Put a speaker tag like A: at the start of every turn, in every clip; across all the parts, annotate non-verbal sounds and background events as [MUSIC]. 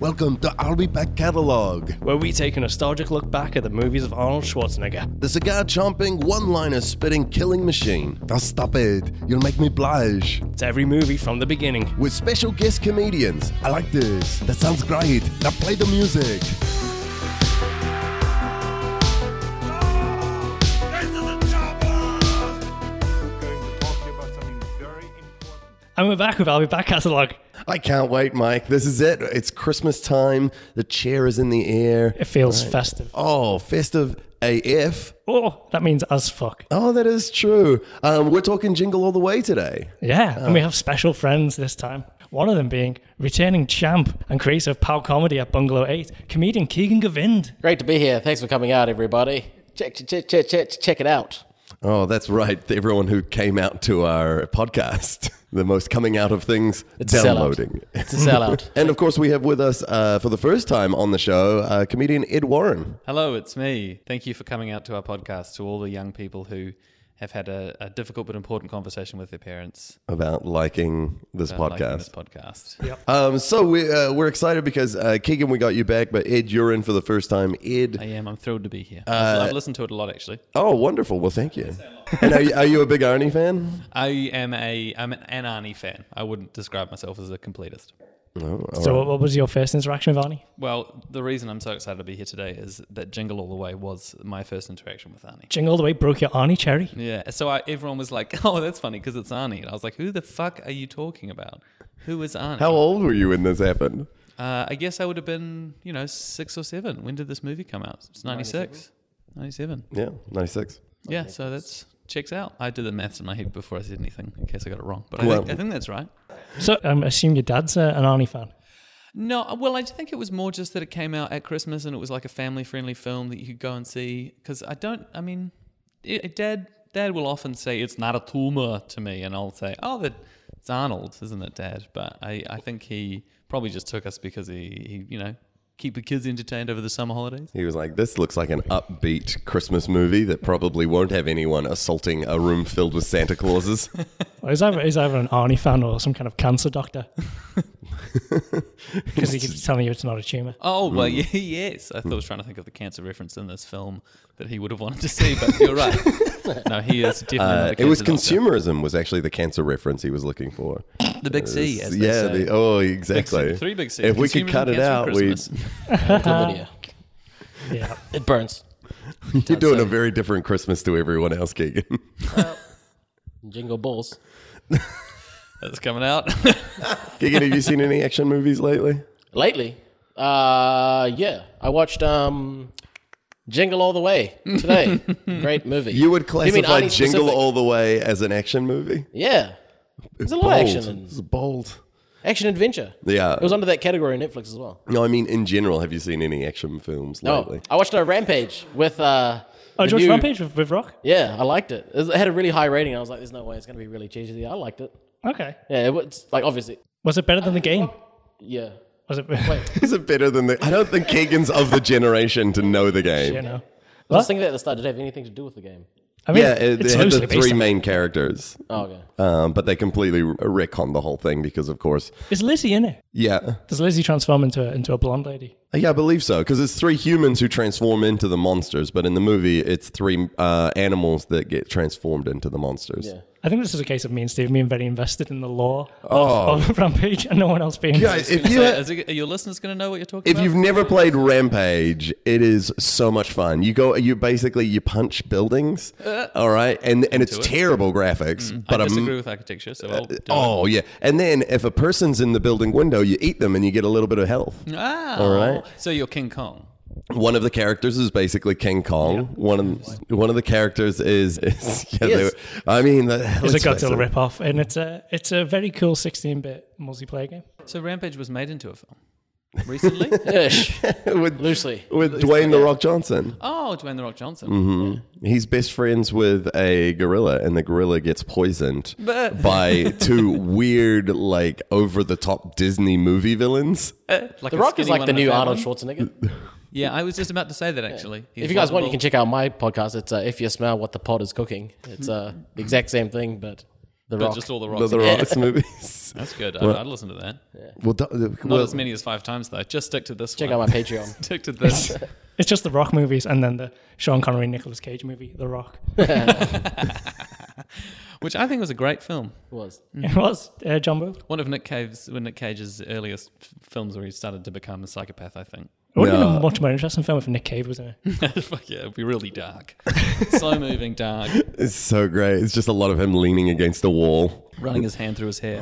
A: Welcome to I'll Be Back Catalog,
B: where we take a nostalgic look back at the movies of Arnold Schwarzenegger.
A: the cigar chomping, one liner spitting killing machine. Now stop it, you'll make me blush.
B: It's every movie from the beginning.
A: With special guest comedians. I like this. That sounds great. Now play the music.
B: And we're back with I'll Be Back catalog.
A: I can't wait, Mike. This is it. It's Christmas time. The chair is in the air.
B: It feels festive.
A: Oh, festive AF.
B: Oh, that means as fuck.
A: Oh, that is true. Um, we're talking jingle all the way today.
B: Yeah, and we
C: Ah.
B: have special friends this time. One of them being returning champ and creator of Pow Comedy at Bungalow 8, comedian Keegan Govind.
C: Great to be here. Thanks for coming out, everybody. Check, check, check, check, check it out.
A: Oh, that's right. Everyone who came out to our podcast, [LAUGHS] the most coming out of things,
C: a sellout.
A: downloading.
C: It's
A: [LAUGHS]
C: a sellout.
A: And of course, we have with us uh, for the first time on the show uh, comedian Ed Warren.
D: Hello, it's me. Thank you for coming out to our podcast to all the young people who have had a, a difficult but important conversation with their parents
A: about liking this
D: about
A: podcast.
D: liking this podcast.
A: Um, so we, uh, we're excited because uh, Keegan, we got you back, but Ed, you're in for the first time. Ed,
D: I am. I'm thrilled to be here. I've- I've listened to it a lot, actually.
A: oh, wonderful. Well, thank you. and are you, are you a big Arnie fan?
D: I am a I'm an Arnie fan. I wouldn't describe myself as a completist.
B: so, what, what was your first interaction with Arnie?
D: Well, the reason I'm so excited to be here today is that Jingle All the Way was my first interaction with Arnie.
B: Jingle all the way broke your Arnie cherry.
D: Yeah. So I, everyone was like, [LAUGHS] "Oh, that's funny because it's Arnie," and I was like, "Who the fuck are you talking about? Who is Arnie?"
A: How old were you when this happened?
D: Uh, I guess I would have been, you know, six or seven. When did this movie come out? It's 96. 97.
A: Yeah, 96.
D: Yeah, so that's checks out. I did the maths in my head before I said anything in case I got it wrong. But I,
A: Well-
D: think, I think that's right.
B: So, um, I assume your dad's uh, an Arnie fan.
D: No, uh, well, I think it was more just that it came out at Christmas and it was like a family friendly film that you could go and see. Because I don't, I mean, it, dad, dad will often say it's not a tumor to me. And I'll say, oh, that, it's Arnold, isn't it, dad? But I, I think he probably just took us because he, he, you know, keep the kids entertained over the summer holidays.
A: He was like, this looks like an upbeat Christmas movie that probably won't have anyone assaulting a room filled with Santa
D: [LAUGHS]
A: Clauses.
B: Or is either, is either an Arnie fan or some kind of cancer
C: [LAUGHS]
B: doctor? [LAUGHS] Because he keeps telling you it's not a tumor.
D: Oh well,
A: Mm.
D: yeah, [LAUGHS] yes. I thought I was trying to think of the cancer reference in this film that he would have wanted to see, but
A: [LAUGHS]
D: you're right. no, he is definitely. not
A: Uh,
D: a
A: it was
D: cancer doctor.
A: consumerism was actually the cancer reference he was looking for.
D: The big C, as they
A: yeah,
D: say.
A: the, oh, exactly.
D: three big C's.
A: If we could
D: Consumerism,
A: cut it
D: cancer,
A: out, we
D: Christmas. [LAUGHS]
C: Good video.
B: Yeah.
C: It burns.
A: [LAUGHS] You're doing a very different Christmas to everyone else, Keegan.
C: Jingle balls.
D: that's
A: [LAUGHS]
D: coming out. [LAUGHS]
A: Keegan, have you seen any action movies lately?
C: Lately, uh, yeah, I watched um, Jingle All the Way
A: [LAUGHS]
C: today. Great movie.
A: You would
C: mean
A: classify
C: Arnie
A: Jingle
C: specific?
A: All the Way as an action movie?
C: Yeah, there's a lot
A: bold.
C: of action and
A: It's bold.
C: action adventure.
A: Yeah.
C: It was under that category on Netflix as well.
A: No, I mean in general, have you seen any action films
C: No,
A: lately? [LAUGHS]
C: I watched a Rampage with. Uh,
B: Oh,
C: the
B: George
C: new-
B: Rampage with, with Rock?
C: Yeah, I liked it. It was- it had a really high rating. I was like, "There's no way it's going to be really cheesy." I liked it.
B: Okay.
C: Yeah, it was like obviously.
B: Was it better than the game?
C: Yeah,
B: Was it? [LAUGHS]
A: Is it better than the? I don't think Keegan's of the generation to know the
B: you
A: game.
B: know.
C: I was thinking that at the start. Did it have anything to do with the game?
B: I mean,
A: Yeah, it,
B: it's
A: they had the
B: loosely based
A: three
B: on-
A: main characters,
C: Oh, okay.
A: um, but they completely retconned the whole thing because, of course,
B: Is Lizzie in it?
A: yeah,
B: Does Lizzie transform into a, into a blonde lady?
A: Uh, yeah, I believe so. Because it's three humans who transform into the monsters, but in the movie, it's three uh, animals that get transformed into the monsters.
C: Yeah.
B: I think this is a case of me and Steve being very invested in the lore
A: Oh.
B: of, [LAUGHS] of Rampage and no one else being.
A: Guys, if you
D: So,
A: had-
D: is it- are your listeners going to know what you're talking
A: If
D: about?
A: you've never played Rampage, it is so much fun. You go, you basically you punch buildings,
D: Uh.
A: all right, and and it's terrible graphics, but
D: Mm. I
A: a
D: disagree with architecture, so I'll do it.
A: Oh yeah, and then if a person's in the building window, you eat them and you get a little bit of health.
D: Ah,
A: All right.
D: So you're King Kong.
A: One of the characters is basically King Kong. One of one of the characters is, is [LAUGHS] yeah, they
C: Yes.
A: were- I mean, the,
B: It's a
A: let's face
B: Godzilla
A: it.
B: ripoff, and it's a it's a very cool 16-bit multiplayer game.
D: So Rampage was made into a film
A: [LAUGHS]
D: recently.
C: [LAUGHS] Ish.
A: with,
C: Loosely.
A: with Dwayne the Rock Johnson.
D: oh, Dwayne the Rock Johnson.
A: Mm-hmm. He's best friends with a gorilla, and the gorilla gets poisoned
D: But- [LAUGHS]
A: by two weird, like over the top Disney movie villains.
D: uh, Like
C: The
D: a
C: Rock is
D: skinny
C: like
D: one
C: the
D: and a
C: new
D: fat
C: Arnold
D: one.
C: Schwarzenegger.
D: [LAUGHS] Yeah, I was just about to say that actually.
C: if you guys want, you can check out my podcast. It's uh, If You Smell What the Pod Is Cooking. It's uh, the exact same thing, but The
D: but
C: Rock.
D: just all the
A: The,
D: rocks.
A: the Rocks
D: [LAUGHS]
A: movies.
D: That's good. I'd, I'd listen to that.
A: Well, do- well,
D: Not as many as five times though. Just stick to this
C: Check
D: one.
C: out my
D: [LAUGHS]
C: Patreon.
D: stick
B: [LAUGHS]
D: to this.
B: It's just the Rock movies and then the Sean Connery Nicolas Cage movie, The Rock.
D: Which I think was a great film.
C: was.
D: Mm.
A: Hmm.
B: it was uh, Jumbo.
D: One of Nick Cave's, one of Nick Cage's earliest f- films where he started to become a psychopath. I think. [LAUGHS]
B: It would have been
A: Yeah.
B: a much more interesting film if Nick Cave was in it.
D: Fuck yeah, it'd be really dark, slow moving, dark.
A: It's so great. It's just a lot of him leaning against the wall.
D: Running his hand through his hair.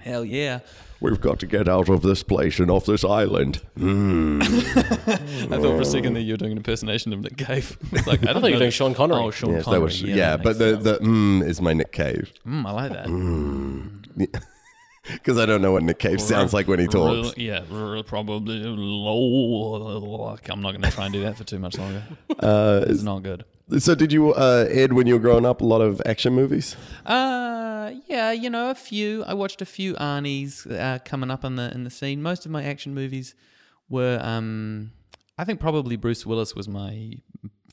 D: Hell yeah.
A: We've got to get out of this place and off this island. Hmm.
D: Mm, I thought for a second that you were doing an impersonation of Nick Cave. [LAUGHS] It's like, I, don't
C: thought you were
D: know.
C: doing Sean Connery.
D: Oh, Sean
A: Yeah,
D: Connery.
A: that was, yeah,
D: that
A: but
D: makes
A: the, the mm is my Nick Cave
D: sense. Mm, I like that. Mm.
A: [LAUGHS] because I don't know what Nick Cave sounds like when he
D: Real-
A: talks.
D: yeah, r- probably low. I'm not going to try and do that for too much longer. it's not good.
A: So, did you, uh, Ed, when you were growing up, a lot of action movies?
D: Uh, yeah, you know, a few. I watched a few Arnie's uh, coming up in the in the scene. Most of my action movies were, um, I think, probably Bruce Willis was my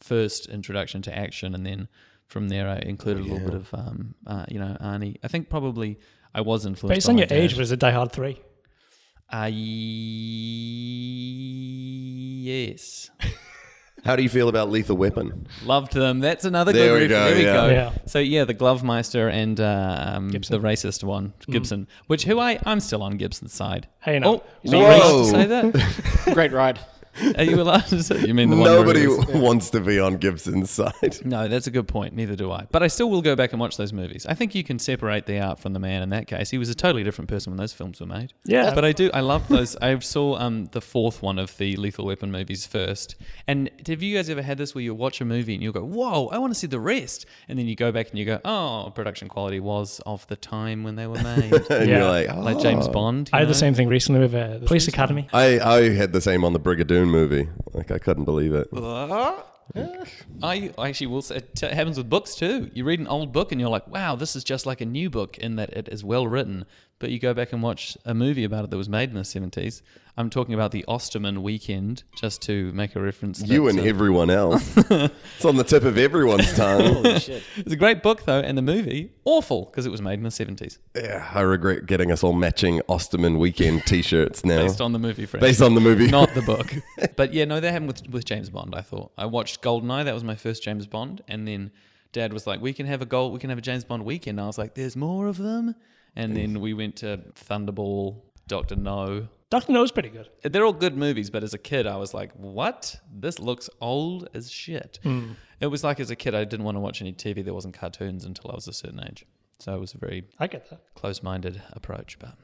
D: first introduction to action, and then from there I included a little bit of, um, uh, you know, Arnie. I think probably I was influenced.
B: Based
D: by
B: on
D: my
B: your age,
D: dad.
B: was it Die Hard 3?
D: I yes,
A: How do you feel about Lethal Weapon?
D: loved them. That's another
A: There
D: good
A: we
D: riff.
A: go,
D: There we
A: yeah.
D: go.
B: Yeah.
D: So yeah, the Glovemeister and um, the racist one, Gibson, which who I I'm still on Gibson's side.
B: Hey, no.
D: Oh, are you
A: Whoa.
D: allowed to say
A: [LAUGHS]
D: that?
C: Great
D: [LAUGHS]
C: ride.
D: Are you allowed to say? You mean the one where
A: Nobody
D: he was-
A: wants to be on Gibson's side. [LAUGHS]
D: No, that's a good point. Neither do I. But I still will go back and watch those movies. I think you can separate the art from the man in that case. He was a totally different person when those films were made.
B: Yeah.
D: But I do. I love those. I saw um, the fourth one of the Lethal Weapon movies first. And have you guys ever had this where you watch a movie and you go, whoa, I want to see the rest? And then you go back and you go, oh, production quality was of the time when they were made.
A: And
B: Yeah.
A: you're like, oh.
D: like James Bond. you
B: I had
D: know?
B: the same thing recently with uh, the Police Academy.
A: I, I had the same on the Brigadoon movie. Like, I couldn't believe it.
D: I I actually will say it t- happens with books too. You read an old book and you're like, wow, this is just like a new book in that it is well written. But you go back and watch a movie about it that was made in the 70s. I'm talking about the Osterman Weekend, just to make a reference.
A: You
D: that,
A: and
D: uh,
A: everyone
D: [LAUGHS]
A: else. it's on the tip of everyone's tongue. [LAUGHS]
C: Holy shit.
D: It's a great book though, and the movie awful because it was made in the 70s,
A: Yeah, I regret getting us all matching Osterman weekend T-shirts now,
D: based on the movie. Friend.
A: Based on the movie.
D: not the book. but yeah, no, that happened with, with James Bond. I thought I watched Goldeneye. That was my first James Bond, and then Dad was like, "We can have a gold. We can have a James Bond weekend." And I was like, "There's more of them." And then we went to Thunderball, Doctor No.
B: Doctor No's pretty good.
D: They're all good movies, but as a kid, I was like, "What? This looks old as shit." It was like as a kid, I didn't want to watch any TV that wasn't cartoons until I was a certain age. So it was a very
B: I get that.
D: close-minded approach. But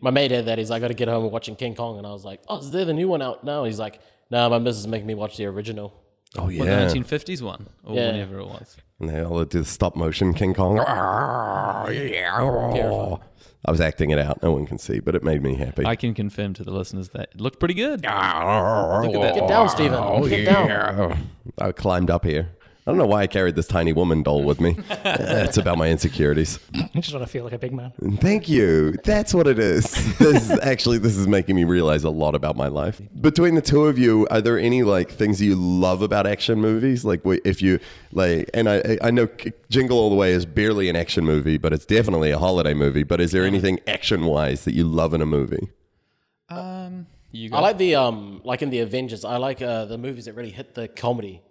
C: My mate had that. He's like, I got to get home and watching King Kong. And I was like, oh, is there the new one out now? He's like, no, my missus is making me watch the original.
A: [LAUGHS] oh yeah,
D: what, the 1950s one or
C: Yeah.
D: whenever it was.
A: and they all do the stop motion King Kong.
C: Terrifying.
A: I was acting it out. No one can see, but it made me happy.
D: I can confirm to the listeners that it looked pretty good.
C: Get down, Stephen.
D: Oh,
C: Get down.
A: Oh, I climbed up here. I don't know why I carried this tiny woman doll with
C: [LAUGHS]
A: me. it's about my insecurities.
B: I just want to feel like a big man.
A: Thank you. That's what it is. This is actually this is making me realize a lot about my life. Between the two of you, are there any like things you love about action movies? Like wh- if you like, and I I know K- Jingle All the Way is barely an action movie, but it's definitely a holiday movie. But is there anything action wise that you love in a movie?
D: Um, you
C: I like the, um, like in the Avengers, I like uh, the movies that really hit the comedy.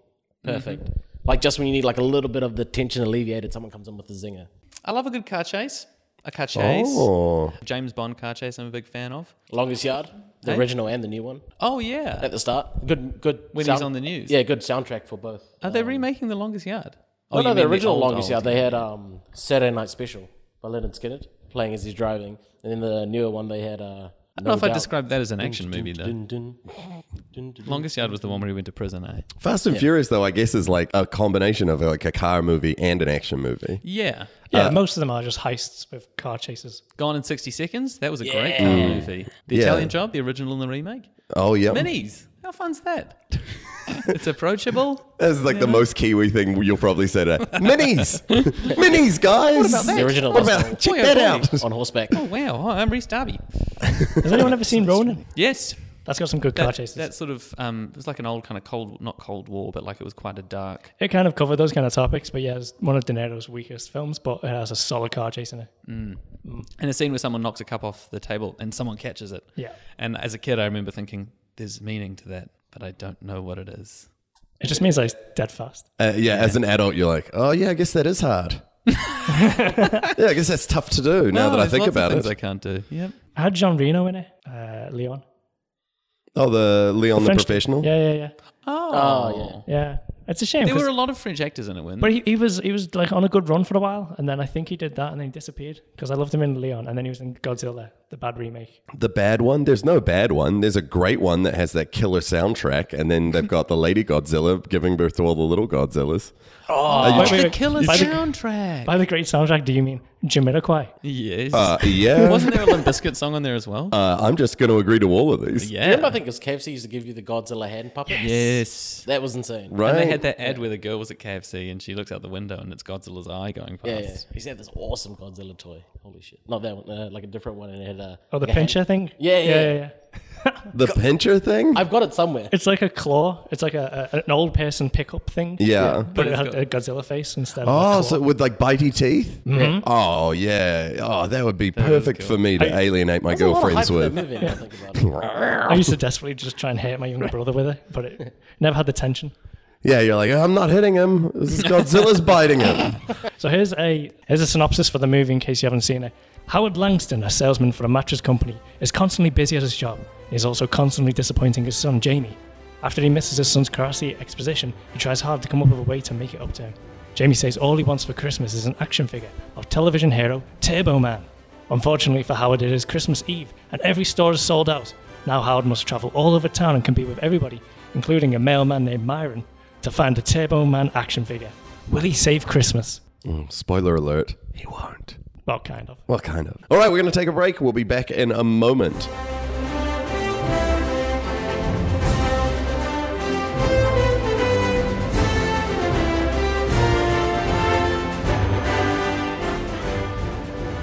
C: Perfect.
D: Mm-hmm.
C: Like just when you need like a little bit of the tension alleviated, someone comes in with a zinger.
D: I love a good car chase. A car chase.
A: Oh,
D: James Bond car chase, I'm a big fan of.
C: Longest Yard, the
D: Hey.
C: original and the new one
D: Oh, yeah.
C: at the start. Good, good.
D: When he's on the news.
C: Yeah, good soundtrack for both.
D: Are they remaking The Longest Yard?
C: Oh, um, no,
D: you
C: the
D: mean
C: original
D: old,
C: Longest
D: old.
C: Yard, they had um, Saturday Night Special by Leonard Skinner playing as he's driving. And then the newer one, they had. Uh,
D: I don't know if I'd describe that as an action movie, though. [LAUGHS] Longest Yard was the one where he went to prison, eh?
A: Fast and Furious though, I guess is like a combination of like a car movie and an action movie.
D: Yeah.
B: Yeah,
A: Uh,
B: most of them are just heists with car chases.
D: Gone in 60 Seconds. That was a great car movie. The
A: Yeah.
D: Italian Job, the original and the remake.
A: Oh yeah,
D: Minis. How fun's
C: [LAUGHS]
D: that? it's approachable.
A: That's like the most Kiwi thing you'll probably say today.
D: [LAUGHS]
A: Minis, minis, guys. What about
C: The original
A: What
C: was
A: about check
D: Boy, oh,
A: that
D: boy.
A: out?
C: on horseback.
D: Wow, oh, I'm Reese Darby.
B: Has anyone ever seen Ronin?
D: Yes.
B: That's got some good car
D: That,
B: chases.
D: that sort of um, it was like an old kind of cold, not Cold War, but like it was quite a dark.
B: it kind of covered those kind of topics, but yeah, it's one of De Niro's weakest films, but it has a solid car chase in it.
D: And a scene where someone knocks a cup off the table and someone catches it.
B: Yeah.
D: And as a kid, I remember thinking, "There's meaning to that, but I don't know what it is."
B: It just means that it's dead fast.
A: Uh, yeah, as an adult, you're like, oh yeah, I guess that is hard. yeah, I guess that's tough to do now
D: Oh,
A: that I
D: there's
A: think
D: lots of
A: about
D: things
A: it.
D: I can't do. Yep.
B: I had John Reno in it, uh, Leon.
A: oh, the Leon the
B: French-
A: professional.
B: Yeah, yeah, yeah,
D: Oh. [LAUGHS]
C: Oh,
B: yeah. It's a shame.
D: There
B: 'cause-
D: were a lot of French actors in it, weren't there?
B: but he, he was he was like on a good run for a while, and then I think he did that, and then he disappeared because I loved him in Leon, and then he was in Godzilla, the bad remake.
A: The bad one. There's no bad one. There's a great one that has that killer soundtrack, and then they've got the Lady Godzilla giving birth to all the little Godzillas.
D: Oh,
B: wait, wait,
D: the
B: wait.
D: killer
B: By the-
D: soundtrack.
B: By the great soundtrack, do you mean Jamiroquai?
D: yes.
A: Uh, yeah,
D: Wasn't there a Limp Bizkit song on there as well?
A: uh, I'm just going to agree to all of these.
D: yeah.
C: yeah. Remember, I think it was KFC used to give you the Godzilla hand puppet.
D: yes.
C: That was insane.
A: Right?
D: And they had that ad where the girl was at KFC and she looked out the window and it's Godzilla's eye going past.
C: Yeah, yeah. He's had this awesome Godzilla toy. Holy shit! Not that one. Uh, like a different one, and it had. Uh,
B: Oh, the
C: like a hand-
B: pincher thing.
C: Yeah, yeah,
B: yeah,
C: yeah.
B: yeah.
A: the pincher thing.
C: I've got it somewhere.
B: It's like a claw. It's like a, a an old person pickup thing.
A: yeah.
B: but it had a Godzilla face instead.
A: Oh,
B: of a claw.
A: so with like bitey teeth? Oh, yeah. Oh, that would be perfect for me to alienate my
C: There's a lot of hype
A: girlfriends
C: for that
A: with.
C: movie. now I
A: [LAUGHS]
C: think about it.
B: I used to desperately just try and hit my younger brother with it, but it never had the tension.
A: Yeah, you're like, I'm not hitting him. This
C: [LAUGHS]
A: is Godzilla's biting him.
B: So here's a here's a synopsis for the movie in case you haven't seen it. Howard Langston, a salesman for a mattress company, is constantly busy at his job. He is also constantly disappointing his son Jamie. After he misses his son's karate exposition, he tries hard to come up with a way to make it up to him. Jamie says all he wants for Christmas is an action figure of television hero Turbo Man. Unfortunately for Howard, it is Christmas Eve, and every store is sold out. Now Howard must travel all over town and compete with everybody, including a mailman named Myron, to find a Turbo Man action figure. Will he save Christmas?
A: Spoiler alert. He won't.
B: Well, kind of.
A: Well, kind of. All right, we're going to take a break. We'll be back in a moment.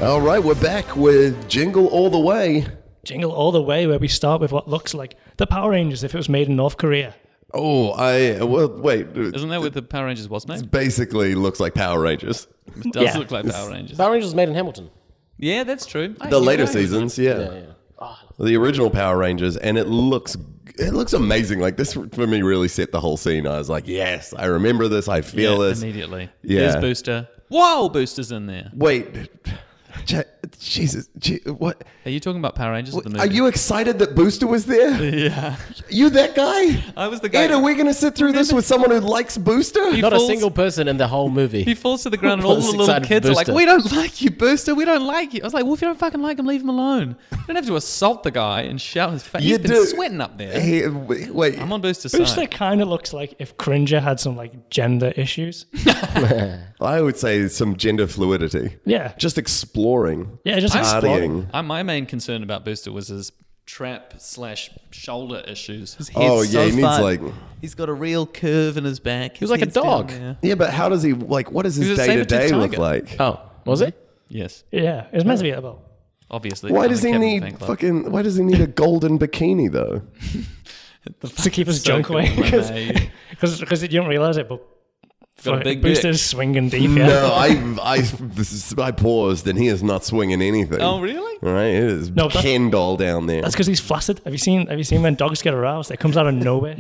A: All right, we're back with Jingle All the Way.
B: Jingle all the way, where we start with what looks like the Power Rangers if it was made in North Korea.
A: Oh, I well wait.
D: Isn't that what the Power Rangers was
A: [LAUGHS]
D: named?
A: Basically, looks like Power Rangers.
D: It does
B: Yeah.
D: look like Power Rangers.
C: Power Rangers was made in Hamilton.
D: Yeah, that's true. I-
A: The
D: you're
A: later
D: right.
A: seasons, yeah.
C: Yeah, yeah.
A: the original Power Rangers, and it looks it looks amazing. Like this for me really set the whole scene. I was like, yes, I remember this. I feel
D: Yeah,
A: this.
D: immediately.
A: Yeah.
D: There's Booster. Whoa, Booster's in there.
A: Wait, [LAUGHS] Je- Jesus, Je- what?
D: Are you talking about Power Rangers or the movie? [LAUGHS]
A: Are you excited that Booster was there? Yeah, you that guy?
D: I was the guy.
A: Ed, are we going to sit through this with someone who likes Booster?
D: He
A: [LAUGHS]
C: Not a
D: falls-
C: single person in the whole movie.
D: He falls to the ground, and all
C: Was
D: the little
C: excited for
D: kids are like,
C: Booster.
D: "We don't [LAUGHS] like you, Booster. We don't like you." I was like, "Well, if you don't fucking like him, leave him alone. You don't have to assault the guy and shout in his face.
A: You
D: He's been
A: do-
D: sweating up there.
A: Hey, wait, wait.
D: I'm on Booster's
B: Booster
D: side.
B: kind of looks like if Cringer had some like gender
D: [LAUGHS]
B: issues.
A: I would say some gender fluidity.
B: Yeah,
A: Just exploring.
B: yeah, just exploring.
A: Partying.
D: I, my main concern about Booster was his trap slash shoulder issues. His head's
A: Oh, yeah,
D: so
A: he needs,
D: fat.
A: like-
D: he's got a real curve in his back. He
C: was like a dog.
A: Yeah, but how does he like? What does his
D: He's a
A: day to day
D: saber-tooth
A: look
D: tiger.
A: like?
C: Oh, was it?
D: Yes,
B: Yeah, it's meant to be about.
D: obviously.
A: Why
D: I'm
A: does
D: a
A: he
D: Kevin
A: need
D: fan club.
A: fucking? Why does he need a golden bikini though?
B: to keep his
D: So
B: junk
D: good,
B: away
D: my
B: because [LAUGHS]
D: mate.
B: you don't realize it, but
D: Got a
B: for-
D: big
B: Booster's swinging deep. [LAUGHS] Yeah.
A: No, I I this is, I paused and he is not swinging anything.
D: Oh, really?
A: All right, it is
B: No, that's-
A: Ken doll down there.
B: That's because he's flaccid. Have you seen? Have you seen when dogs get aroused? It comes out of
D: [LAUGHS]
B: nowhere.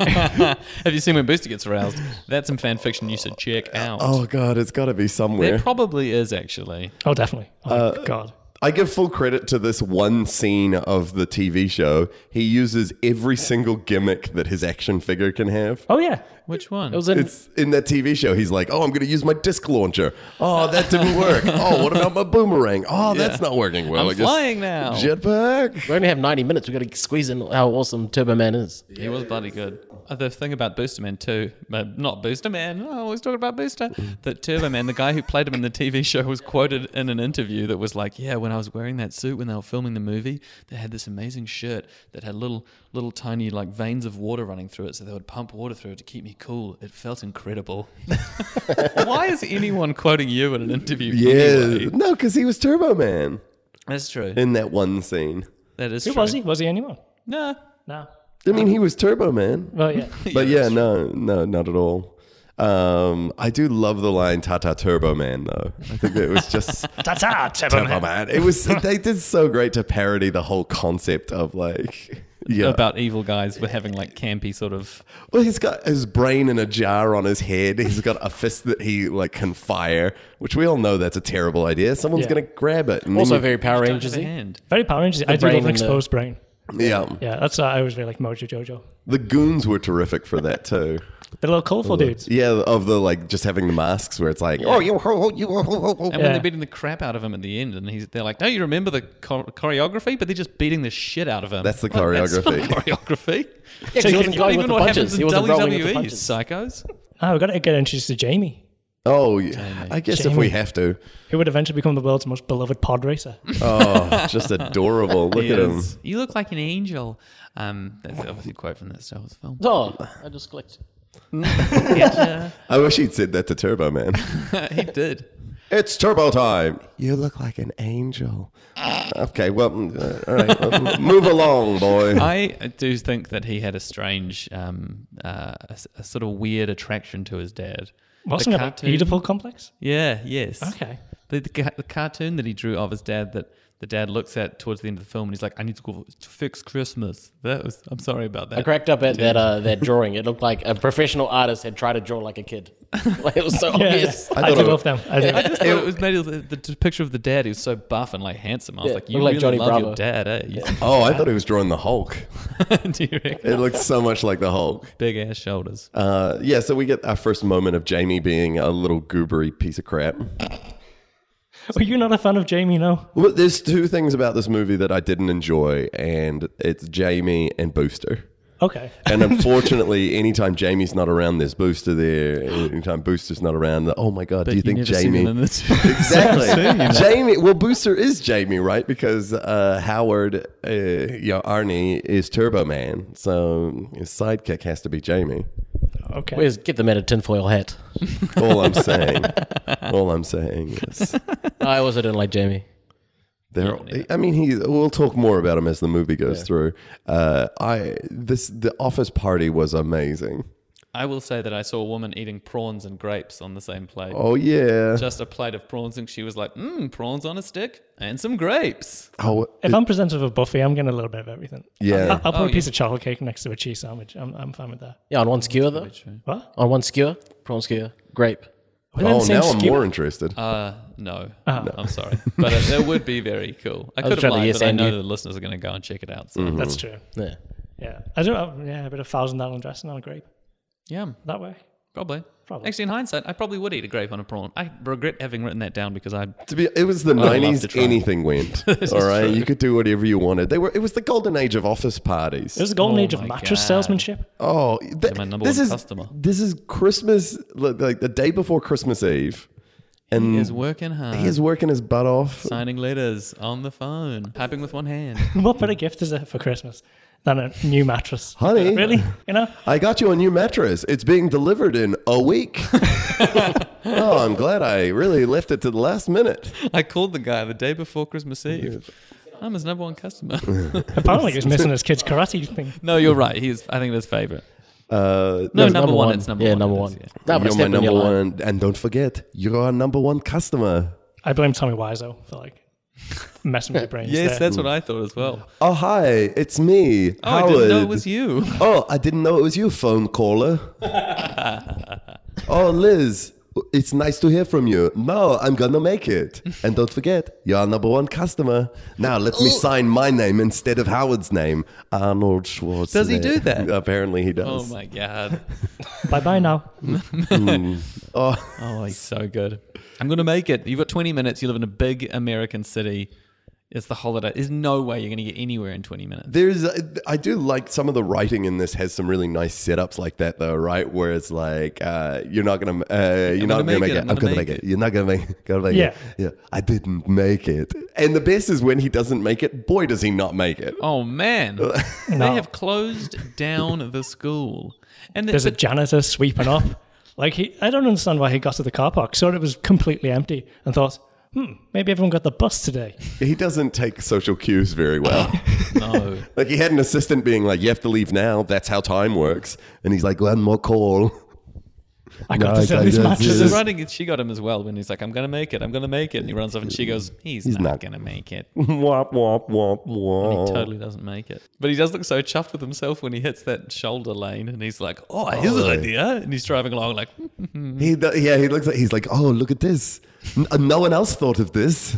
D: Have you seen when Booster gets aroused? That's some fan fiction you should check out.
A: Oh god, it's got to be
D: There
A: somewhere.
D: probably is actually.
B: oh, definitely. Oh
D: Uh,
B: my god.
A: I give full credit to this one scene of the TV show. He uses every single gimmick that his action figure can have.
B: Oh yeah.
D: Which one?
C: It was in.
A: It's in that TV show. He's like, "Oh, I'm going to use my disc launcher. Oh, that didn't
B: [LAUGHS]
A: work. Oh, what about my boomerang? Oh, that's not working well.
D: I'm
A: I guess-
D: flying now.
A: Jetpack.
C: we only have 90 minutes. We've got to squeeze in how awesome Turbo Man is.
D: He was bloody good. Uh, The thing about Booster Man too, but not Booster Man. oh, I always talking
B: [LAUGHS]
D: about Booster. That Turbo Man, the guy who played him in the TV show, was quoted in an interview that was like, "Yeah, when I was wearing that suit when they were filming the movie, they had this amazing shirt that had little, little tiny like veins of water running through it, so they would pump water through it to keep me cool. It
B: [LAUGHS]
D: felt incredible." Why is anyone quoting you in an interview?
A: Yeah,
D: anyway?
A: no, because he was Turbo Man
D: that's true.
A: in that one scene.
D: That is
B: Who
D: true.
B: was he? Was he anyone?
D: Nah.
B: No.
A: I mean, he was Turbo Man.
B: Well,
D: [LAUGHS]
B: yeah.
A: But yeah, no, no, not at all. Um, I do love the line "Tata Turbo Man," though. I think it was just
B: Ta ta,
A: Turbo Man. It was they did so great to parody the whole concept of like, yeah,
D: About evil guys were having like campy sort of.
A: Well, he's got his brain in a jar on his head. He's got a fist that he like can fire, which we all know that's a terrible idea. Someone's
B: Yeah.
A: gonna grab it. and then
C: Also
A: you-
C: very Power
D: Don't have
C: Rangers.
D: a hand.
B: Very Power Rangers. I do
C: brain
B: love an
C: and the-
B: exposed brain.
A: yeah.
B: Yeah, that's uh, I always really like Mojo Jojo.
A: The goons were terrific for that too.
B: They're little colourful dudes.
A: Yeah, of the like just having the masks where it's like, oh, you, [LAUGHS] oh, you, oh, oh, oh.
D: And when
B: Yeah.
D: they're beating the crap out of him at the end, and he's, they're like, "Don't you remember the chor- choreography?" But they're just beating the shit out of him.
A: That's the
D: Well,
A: choreography.
D: not [LAUGHS] choreography.
C: Yeah, 'cause he wasn't
D: Not
C: going with
D: even
C: the
D: what happens
C: punches.
D: in
C: He wasn't rolling with the
D: WWE,
A: [LAUGHS]
C: punches.
D: psychos.
B: Ah, we've got to get introduced to Jamie,
A: Oh, yeah. I guess if we
B: Jamie.
A: have to.
B: who would eventually become the world's most beloved pod racer.
A: Oh, just adorable. Look at him.
D: Yes. You look like an angel. Um, that's obviously a quote from that Star Wars
A: [LAUGHS]
D: film. [LAUGHS]
C: Oh, I just clicked.
A: I wish he'd said that to Turbo Man. [LAUGHS]
D: he did.
A: it's Turbo time. You look like an angel. okay, well, mm, uh, all right, well, move along, boy.
D: I do think that he had a strange, um, uh, a, s- a sort of weird attraction to his dad.
B: What's
D: The
B: an about
D: cartoon-
B: Oedipal complex?
D: Yeah. Yes.
B: Okay.
D: The, the, ca- the cartoon that he drew of his dad that the dad looks at towards the end of the film and he's like, I need to go to fix Christmas. That was, I'm sorry about that.
C: I cracked up at that uh, that drawing. It looked like a professional artist had tried to draw like a kid. like it was so
B: Yeah,
C: obvious.
B: I,
A: thought
B: do
A: it
B: love them. I do.
D: I just thought it was made of the, the t- picture of the dad who's so buff and like handsome. I was
C: Yeah,
D: like, you
C: looked like Johnny
D: really love
C: Bravo.
D: your dad, eh? You-
A: Oh, I thought he was drawing the Hulk.
D: [LAUGHS] Do you reckon?
A: It looked so much like the Hulk.
D: Big ass shoulders.
A: Uh, yeah, so we get our first moment of Jamie being a little goobery piece of crap.
B: Were you not a fan of Jamie? No.
A: Well, there's two things about this movie that I didn't enjoy, and it's Jamie and Booster.
B: Okay.
D: [LAUGHS]
A: And unfortunately, anytime Jamie's not around, there's Booster there. Anytime Booster's not around, the- oh my god, do you, think
D: never seen him in
A: Jamie? [LAUGHS]
D: this?
A: Exactly, Jamie. Well, Booster is Jamie, right? Because uh, Howard, uh, you know, Arnie is Turbo Man, so his sidekick has to be Jamie.
B: Okay.
C: Where's get them at a tinfoil hat?
A: All I'm
D: [LAUGHS]
A: saying, all I'm saying is,
C: I also didn't like Jamie.
A: They're, I mean, he. We'll talk more about him as the movie goes through. Uh, I this the office party was amazing.
D: I will say that I saw a woman eating prawns and grapes on the same plate.
A: Oh yeah.
D: Just a plate of prawns, and she was like, mmm, prawns on a stick and some grapes.
A: oh
B: If I'm presented with Buffy, I'm getting a little bit of everything.
A: Yeah.
B: I'll, I'll put
D: Oh,
B: a piece of chocolate cake next to a cheese sandwich. I'm, I'm fine with that.
C: Yeah, on one skewer though.
B: What?
C: On Oh, one skewer, prawn skewer, grape.
B: Were they the
A: oh
B: same
A: now I'm
B: skewer?
A: more interested.
D: Uh, no. I'm sorry. But it, it would be very cool. I, could
C: Ah. trying
D: have
C: to
D: lied,
C: yes
D: but I
C: and
D: know
C: you.
D: the listeners are going to go and check it out. So.
A: Mm-hmm.
B: That's true.
C: Yeah.
B: Yeah. I do. uh, Yeah, a bit of thousand dollar dressing on a grape.
D: Yeah,
B: That way.
D: probably.
B: Probably.
D: Actually, in hindsight, I probably would eat a grape on a prawn. I regret having written that down because I
A: to be, it was the
D: love
A: nineties.
D: to try.
A: Anything
D: [LAUGHS]
A: went. all right, you could do whatever you wanted. They were. It was the golden age of office parties.
B: It was the golden
D: Oh
B: age of
D: my
B: mattress
D: God.
B: salesmanship. [LAUGHS]
A: oh, th-
D: my number
A: this
D: one
A: is
D: customer.
A: this is Christmas, like, like the day before Christmas Eve, and
D: is working hard,
A: he is working his butt off.
D: signing letters on the phone, typing with one hand.
B: What better gift is there for Christmas than a new mattress?
A: Honey.
B: Really? You know?
A: I got you a new mattress. It's being delivered in a
D: [LAUGHS]
A: week. oh, I'm glad I really left it to the last minute.
D: I called the guy the day before Christmas Eve. I'm his number
A: [LAUGHS]
D: one customer.
B: Apparently he was missing his kid's karate thing.
D: [LAUGHS] no, you're right. He's I think his favorite.
A: Uh,
D: No, number, one, It's number
C: yeah,
D: one.
C: number
D: it
C: one.
D: is, yeah.
C: No, but
A: you're
C: it's
A: my
C: definitely
A: number
C: a line.
A: one, and don't forget, you're our number one customer.
B: I blame Tommy Wiseau for like messing with your brains.
D: Yes,
B: there.
D: that's
A: Hmm.
D: what I thought as well.
A: Oh, hi, it's me,
D: Oh,
A: Howard.
D: I didn't know it
A: [LAUGHS]
D: was you.
A: Oh, I didn't know it was you, phone caller. oh, Liz, it's nice to hear from you. No, I'm gonna make it. And don't forget, you're our number one customer. Now let
D: Oh.
A: me sign my name instead of Howard's name. Arnold Schwarzenegger.
D: Does he do that?
A: Apparently he
D: Oh
A: does.
D: my god.
B: Bye bye now.
A: Oh,
D: Oh, he's so good. I'm gonna make it. You've got 20 minutes. You live in a big American city. It's the holiday. There's no way you're gonna get anywhere in 20 minutes.
A: there's uh, I do like some of the writing in this has some really nice setups like that though, right? Where it's like uh, you're not gonna uh, you're not gonna
D: gonna make
A: make
D: it,
A: it.
D: I'm
A: I'm
D: gonna
A: gonna
D: make
A: make it. You're not gonna make [LAUGHS] gonna make
B: Yeah.
A: it. Yeah, I didn't make it. And the best is when he doesn't make it. Boy, does he not make it.
D: Oh man, they
B: No.
D: have closed down the school. And
B: There's a
D: but-
B: janitor sweeping up. Like he I don't understand why he got to the car park, saw it was completely empty and thought, "Hmm, Maybe everyone got the bus today.
A: He doesn't take social cues very well.
D: [LAUGHS] No.
A: [LAUGHS] like he had an assistant being like, "You have to leave now. That's how time works." And he's like, "One more call."
B: I
A: [LAUGHS]
B: got
A: No,
B: to sell
A: I
B: these
A: don't
B: matches.
A: do
D: She's
A: Yes.
D: running. She got him as well when he's like, "I'm gonna make it. I'm gonna make it." And he runs off, and she goes, "He's, not,
A: not. Oh.
D: gonna make it."
A: [LAUGHS]
D: He
A: womp womp womp womp.
D: totally doesn't make it. But he does look so chuffed with himself when he hits that shoulder lane, and he's like, "Oh, his
A: Oh.
D: idea!" And he's driving along like,
A: He do- yeah, he looks like he's like, "Oh, look at this. N- uh, no one else thought of this."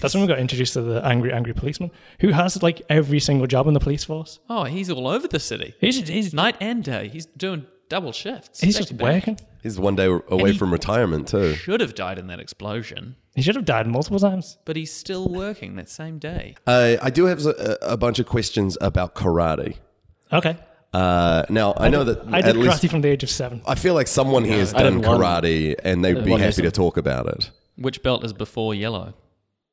B: That's when we got introduced to the angry, angry policeman who has like every single job in the police force.
D: "Oh, he's all over the city,
B: He's, he's,
D: night and day. He's doing double shifts.
B: he's just
D: Back-to-back.
B: working.
A: He's one day away
D: he-
A: from retirement too.
D: Should have died in that explosion,
B: He should have died multiple times.
D: but he's still working that same day.
A: Uh, I do have a, a bunch of questions about karate.
B: Okay.
A: Uh, now I know that
B: I
A: at
B: did karate
A: least
B: from the age of seven.
A: I feel like someone here has
C: I
A: done
C: didn't want-
A: karate, and they'd be
C: want
A: happy
C: to-
A: to talk about it.
D: Which belt is before yellow?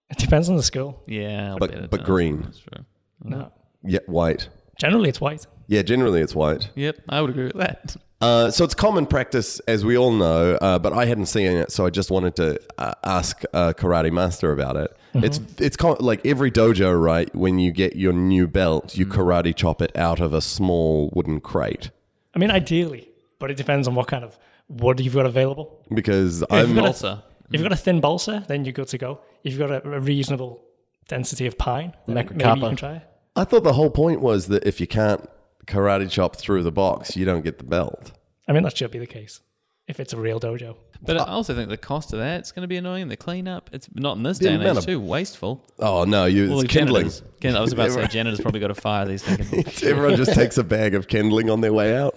B: It depends on the school.
D: Yeah, I'll
A: But-
D: bet it
A: but
D: does.
A: green.
D: That's true.
A: Mm-hmm.
B: No.
A: Yeah, white.
B: Generally, it's white.
A: Yeah, generally it's white.
D: Yep, I would agree with
A: [LAUGHS]
D: that.
A: Uh, so it's common practice, as we all know, uh, but I hadn't seen it, so I just wanted to uh, ask a karate master about it.
B: Mm-hmm.
A: It's it's co- like every dojo, right? When you get your new belt,
B: Mm.
A: you karate chop it out of a small wooden crate
B: I mean, ideally, but it depends on what kind of wood you've got available.
A: because
B: If you've
A: I'm
B: got a-
D: Balsa.
B: if you've got a thin balsa, then you're good to go. If you've got a, a reasonable density of pine, then maybe you
C: Macrocapa.
B: can try. it.
A: I thought the whole point was that if you can't karate chop through the box, you don't get the belt.
B: I mean, that should be the case if it's a real dojo.
D: But I also think the cost of that is going to be annoying. The cleanup, it's not in this
A: The
D: day and
A: amount
D: age
A: of-
D: too wasteful.
A: Oh no, you
D: Well,
A: it's kindling.
D: janitors- Ken, I was about to say janitors probably got a fire these thinking.
A: [LAUGHS] Everyone just takes a bag of kindling on their way out.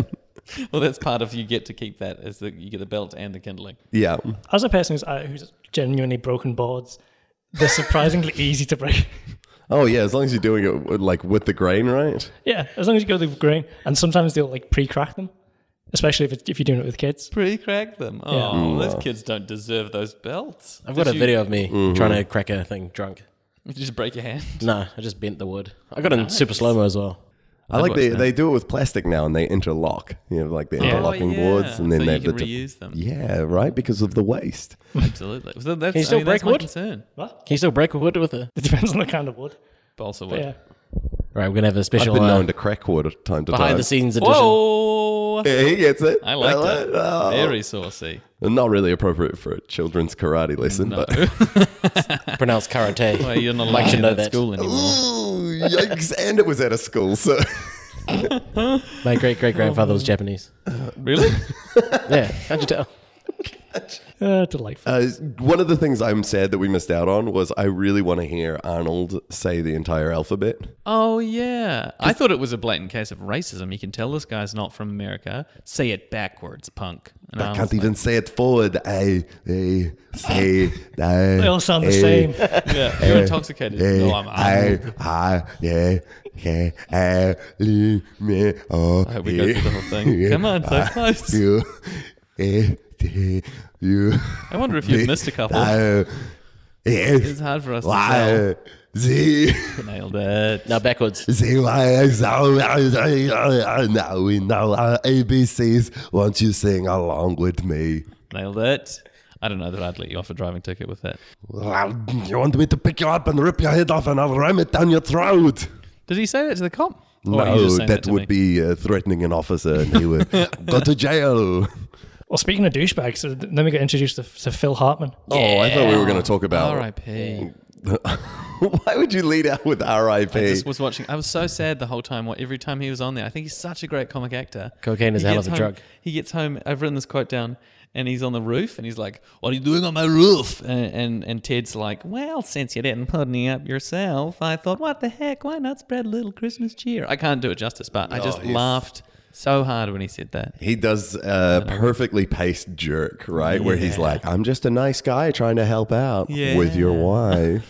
D: Well, that's part of you get to keep that is that you get the belt and the kindling.
A: Yeah,
B: [LAUGHS] As a person who's, uh, who's genuinely broken boards, they're surprisingly [LAUGHS] easy to break.
A: Oh yeah, as long as you're doing it like with the grain, right?
B: Yeah, as long as you go through grain, and sometimes they'll like pre-crack them, especially if it's, if you're doing it with kids.
D: Pre-crack them. Oh,
B: Yeah.
D: those kids don't deserve those belts.
C: I've got
D: Did
C: a
D: you-
C: video of me
A: Mm-hmm.
C: trying to crack a thing drunk.
D: Did you just break your hand.
C: Nah, I just bent the wood. I got in super slow mo as well.
A: I like
D: watched
A: they,
D: that.
A: they do it with plastic now and they interlock. You have like the interlocking boards and then
D: Oh, so
A: they
D: you
A: have the
D: can
A: di-
D: reuse them.
A: yeah right because of the waste.
D: Absolutely. So that's,
C: you
D: I
C: still
D: mean, that's
C: break
D: my
C: wood?
D: concern.
B: What?
C: Can you still break wood with a?
B: [LAUGHS] It depends on the kind of wood.
D: Balsa wood.
B: But yeah,
C: Right, we're gonna have a
A: I've
C: special
A: been
C: uh,
A: known to crack wood at time to time.
C: behind the scenes edition. [LAUGHS]
D: Whoa!
A: Yeah, [LAUGHS] he gets it.
D: I liked it.
A: Oh.
D: Very saucy. [LAUGHS]
A: Not really appropriate for a children's karate lesson, but
D: [LAUGHS]
C: Pronounced karate.
D: Well, you're not
C: Mike
D: allowed
C: should
D: in
C: know
D: that
C: that.
D: school anymore.
A: Ooh, yikes! and it was at a school,
C: [LAUGHS]
A: so
C: My great great grandfather
D: [LAUGHS]
C: was Japanese.
D: really?
C: Yeah, how'd you tell?
B: uh, delightful.
A: Uh, one of the things I'm sad that we missed out on was I really want to hear Arnold say the entire alphabet.
D: Oh yeah, I thought it was a blatant case of racism. You can tell this guy's not from America. Say it backwards, punk. Um, And
A: I
D: was
A: can't
D: like,
A: even say it forward. I, I say I,
B: they all sound
A: E,
B: the same.
A: [LAUGHS]
D: Yeah, you're intoxicated. No, I'm. I'm
A: I, yeah, yeah, I, li, me, oh,
D: I hope we go through the whole thing. Come on, so close.
A: You, eh, te, you.
D: I wonder if you've missed a couple.
A: I,
D: It's
A: yes,
D: hard for us to
A: why, z,
D: tell. Nailed it.
C: Now backwards.
A: z, why, so, now we know our ABCs. Won't you sing along with me?
D: Nailed it. I don't know that I'd let you off a driving ticket with that.
A: You want me to pick you up and rip your head off and I'll ram it down your throat?
D: Did he say that to the cop? Or
A: No,
D: are you Oh, just
A: that,
D: saying to
A: would
D: me?
A: be uh, threatening an officer, and he would [LAUGHS] go to jail.
B: Well, speaking of douchebags, so th- then we get introduced to, to Phil Hartman.
A: Oh, I thought we were going to talk about.
D: R.I.P.
A: [LAUGHS] Why would you lead out with R.I.P.?
D: Just was watching. I was so sad the whole time. What every time he was on there, I think he's such a great comic actor.
C: Cocaine is a
D: He
C: hell
D: gets
C: of a
D: home-
C: drug.
D: He gets home. I've written this quote down, and he's on the roof, and he's like, "What are you doing on my roof?" And and, and Ted's like, "Well, since you didn't put me up yourself, I thought, what the heck? Why not spread a little Christmas cheer?" I can't do it justice, but I just
A: Oh, he's-
D: laughed so hard when he said that.
A: He does a perfectly paced jerk, right? Where he's like, "I'm just a nice guy trying to help out with your
D: [LAUGHS]
A: wife."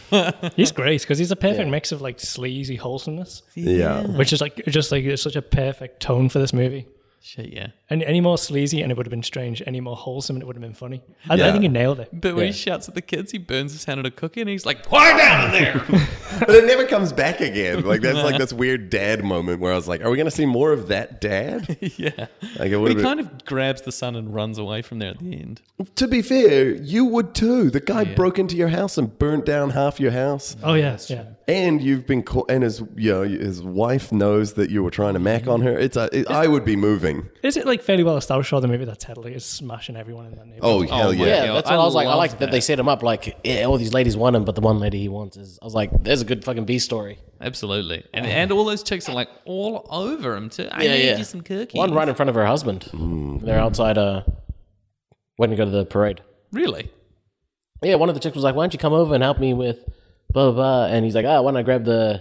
B: He's great because he's a perfect mix of like sleazy wholesomeness,
A: yeah.
B: which is like just like it's such a perfect tone for this movie.
D: Shit, yeah.
B: Any, any more sleazy and it would have been strange. Any more wholesome and it would have been funny. I, I
A: Yeah.
B: think you nailed it.
D: But when
C: Yeah.
D: he shouts at the kids, he burns his hand on a cookie and he's like, "Why down in there?
A: But it never comes back again. Like that's like this weird dad moment where I was like, are we going to see more of that dad?
D: [LAUGHS] yeah.
A: Like it
D: But he
A: would have
D: kind of grabs the son and runs away from there at the end.
A: To be fair, you would too. The guy
D: Yeah.
A: broke into your house and burnt down half your house.
B: Oh yeah, yeah.
A: And you've been caught, and his you know, his wife knows that you were trying to mac on her. It's a, it, I would be moving.
B: Is it like fairly well established or the movie that Ted Lee is smashing everyone in that neighborhood?
A: Oh hell
D: my
A: [LAUGHS] yeah!
C: Yeah,
D: Yeah,
C: that's
D: I
C: what I, was like. I
D: love
C: like that.
D: that.
C: they set him up like yeah, all these ladies want him, but the one lady he wants is. I was like, there's a good fucking B story.
D: Absolutely. And and all those chicks are like all over him too. I
C: Yeah,
D: need
C: yeah.
D: you some cookies.
C: One right in front of her husband. They're outside. Uh, when you go to the parade.
D: Really?
C: Yeah, one of the chicks was like, "Why don't you come over and help me with blah blah?" blah? And he's like, "Ah, why don't I grab the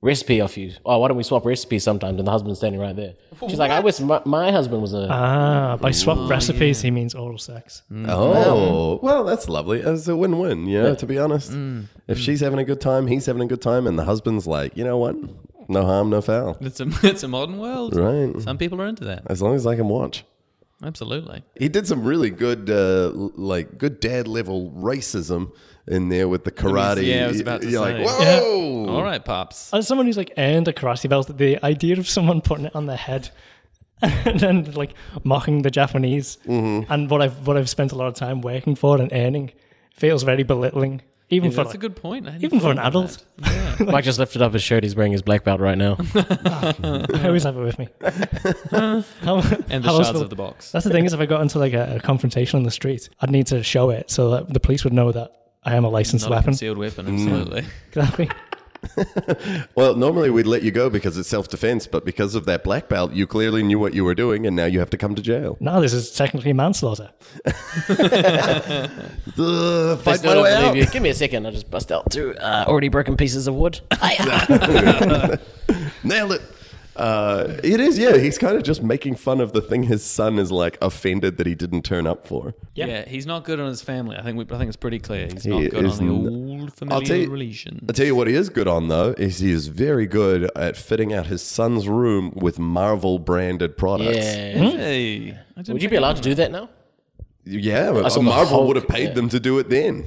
C: recipe off you? Oh, why don't we swap recipes sometimes?" And the husband's standing right there. She's like, "I wish my, my husband was a."
B: Ah, by swap recipes he means oral sex.
A: Mm.
D: Mm.
A: Oh well, that's lovely. It's a win-win. You know, to be honest,
D: Mm.
A: if she's having a good time, he's having a good time, and the husband's like, you know what? No harm, no foul.
D: It's a [LAUGHS] it's a modern world.
A: Right.
D: Some people are into that.
A: As long as I can watch.
D: Absolutely.
A: He did some really good, uh, l- like good dad level racism in there with the
D: was-
A: karate.
D: yeah, I was about to
A: You're like,
D: say.
A: whoa!
D: All right, pops.
B: As someone who's like earned a karate belt, the idea of someone putting it on their head [LAUGHS] and then like mocking the Japanese
A: Mm-hmm.
B: and what I've what I've spent a lot of time working for and earning feels very belittling. Even for
D: That's a
B: like,
D: good point. I hadn't
B: even for an
D: thought about
B: adult.
C: [LAUGHS] Mike just lifted up his shirt. He's wearing his black belt right
D: [LAUGHS]
C: now.
B: [LAUGHS] I always have it with me. How-
D: that. And
B: how
D: the
B: else
D: shards
B: will-
D: of the box.
B: That's the thing is, if I got into like a, a confrontation on the street, I'd need to show it so that the police would know that I am a licensed
D: Not
B: [LAUGHS]
D: a
B: weapon.
D: concealed weapon, absolutely.
B: Exactly.
A: Well, normally we'd let you go because it's self defense, but because of that black belt, you clearly knew what you were doing, and now you have to come to jail.
B: now this is technically manslaughter.
A: Ugh,
C: I
A: fight my
C: still don't
A: way
C: believe
A: out.
C: you. Give me a second. I just bust out two uh, already broken pieces of
D: [LAUGHS]
C: wood.
A: Nailed it. Uh, it is, yeah. He's kind of just making fun of the thing his son is like offended that he didn't turn up for.
B: Yeah.
D: Yeah. he's not good on his family. I think we, I think it's pretty clear. He's not
A: He
D: good
A: is
D: on the
A: n-
D: old
A: I'll
D: familial
A: tell you,
D: relations.
A: I'll tell you what he is good on though is he is very good at fitting out his son's room with Marvel branded products.
C: yeah.
D: [LAUGHS] Hey, I didn't
C: Would you
D: think
C: be allowed
D: of
C: to do that now?
A: Yeah,
C: saw the
A: Marvel
C: Hulk,
A: would have paid
C: yeah.
A: them to do it then.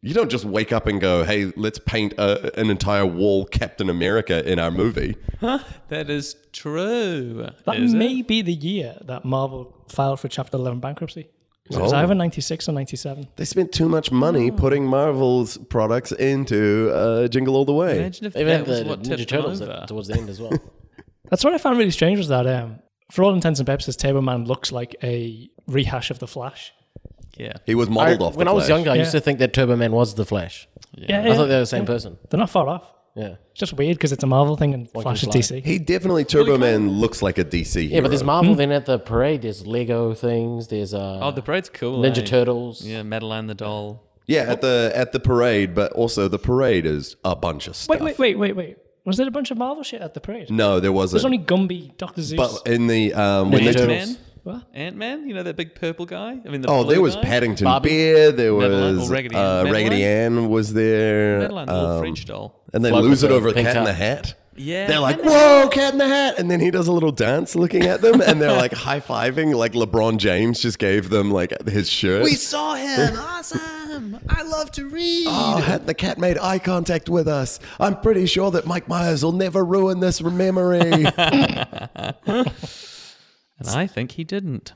A: You don't just wake up and go, "Hey, let's paint a, an entire wall Captain America in our movie."
D: That is true.
B: That
D: Is it?
B: may be the year that Marvel filed for Chapter 11 bankruptcy. So it was
A: Oh.
B: either 96 or 97.
A: They spent too much money putting Marvel's products into uh, Jingle All the Way.
D: Imagine if
C: They
D: that
C: even had
D: was
C: the
D: what
C: Ninja
D: tipped
C: Turtles
D: him over.
C: at- towards the end as well.
D: [LAUGHS]
B: That's what I found really strange was that, um, for all intents and purposes, Turbo Man looks like a rehash of The Flash.
D: Yeah.
A: He was
C: I-
A: modeled off.
C: when
A: the
C: I was
A: Flash.
C: younger, I used
B: Yeah.
C: to think that Turbo Man was the Flash.
B: Yeah,
C: I thought
B: yeah.
C: they were the same person.
B: they're not far off.
C: Yeah.
B: It's just weird because it's a Marvel thing and Flash is
C: fly.
B: DC.
A: he definitely Turbo Man looks like a DC hero.
C: Yeah, but there's Marvel. Then at the parade, there's Lego things. There's uh,
D: Hmm. Oh, the parade's cool.
C: Ninja
D: eh?
C: Turtles. [LAUGHS]
D: Yeah, Madeline the doll.
A: Yeah, at the at the parade, but also the parade is a bunch of stuff.
B: Wait, wait, wait, wait, wait. Was there a bunch of Marvel shit at the parade?
A: No, there
B: There's
A: wasn't.
B: only Gumby, Doctor Zeus.
A: but in the um, when they
C: Ninja
A: took-
C: Turtles.
D: Ant-Man?
B: What?
D: Ant-Man? You know that big purple guy? I mean, the
A: Oh,
D: blue
A: there was
D: guy?
A: Paddington
C: Bobby?
A: Bear. There
D: Madeline-
A: was
D: or Raggedy Ann.
A: uh,
D: Madeline?
A: Raggedy Ann was there.
D: Madeline, the little
A: um,
D: French doll.
A: and they
C: Float
A: lose
C: with
A: it
C: the
A: over a
C: pink
A: cat in the
C: top.
A: hat.
D: Yeah.
A: They're
D: [LAUGHS]
A: like, whoa, cat in the hat. And then he does a little dance looking at them and they're like [LAUGHS] high fiving, like LeBron James just gave them like his shirt.
D: saw him. awesome. I love to read.
A: Oh, had the cat made eye contact with us. I'm pretty sure that Mike Myers will never ruin this memory.
D: And I think he didn't.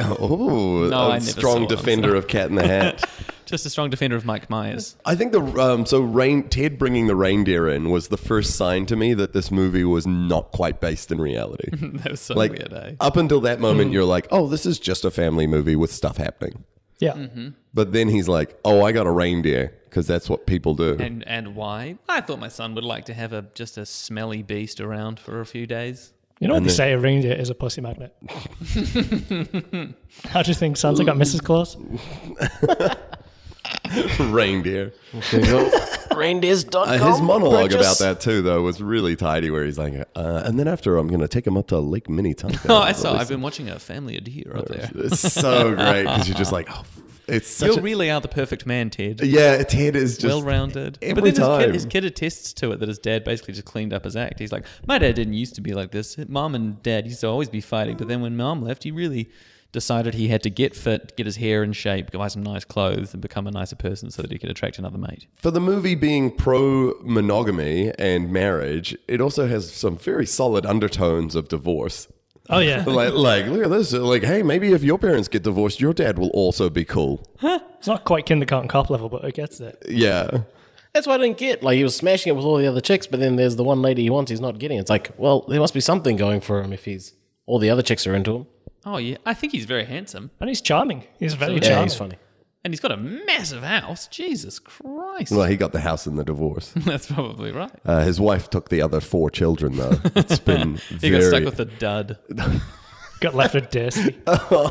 A: oh,
D: [LAUGHS] No, I
A: a
D: never saw
A: strong
D: one,
A: defender of Cat in the Hat.
D: [LAUGHS] Just a strong defender of Mike Myers. [LAUGHS]
A: I think the um, so rain Ted bringing the reindeer in was the first sign to me that this movie was not quite based in
D: [LAUGHS]
A: reality.
D: That was so
A: like
D: weird, eh?
A: up until that moment, you're like, oh, this is just a family movie with stuff happening.
B: Yeah.
C: Mm-hmm.
A: But then he's like, oh, I got a reindeer because that's what people do.
D: And and why? I thought my son would like to have a just a smelly beast around for a few [LAUGHS] days.
B: You know what they say a reindeer is a pussy magnet. How do you think Santa got Mrs. Claus?
A: [LAUGHS] reindeer.
C: Reindeers.com.
A: Uh, his monologue
C: purchase.
A: about that too, though, was really tidy. Where he's like, uh, and then after I'm going to take him up to Lake
D: [LAUGHS]
A: Minnetonka.
D: Oh, I saw. I've been watching a family of deer up there. [LAUGHS]
A: It's so great because you're just like, oh, It's such
D: You
A: a,
D: really are the perfect man, Ted.
A: yeah. Ted is just
D: well rounded.
A: every
D: But then his
A: time.
D: kid, his kid attests to it that his dad basically just cleaned up his act. He's like, My dad didn't used to be like this. Mom and dad used to always be fighting. But then when mom left, he really decided he had to get fit, get his hair in shape, buy some nice clothes, and become a nicer person so that he could attract another mate.
A: For the movie being pro monogamy and marriage, it also has some very solid undertones of divorce.
B: Oh yeah. [LAUGHS]
A: like, like, look at this. Like, hey, maybe if your parents get divorced, your dad will also be cool.
B: It's not quite kindergarten cop level, but it gets there.
A: Yeah.
C: That's what I didn't get. Like he was smashing it with all the other chicks, but then there's the one lady he wants. He's not getting. It's like, well, there must be something going for him if he's all the other chicks are into him.
D: Oh, yeah. I think he's very handsome.
B: And he's charming. He's very
C: Yeah,
B: charming.
C: he's funny.
D: And he's got a massive house. Jesus Christ.
A: Well, he got the house in the divorce.
D: [LAUGHS] That's probably right.
A: Uh, his wife took the other four children,
D: [LAUGHS]
A: though. It's been
D: He
A: very.
D: got stuck with a dud.
B: Got left with Dirty.
A: [LAUGHS]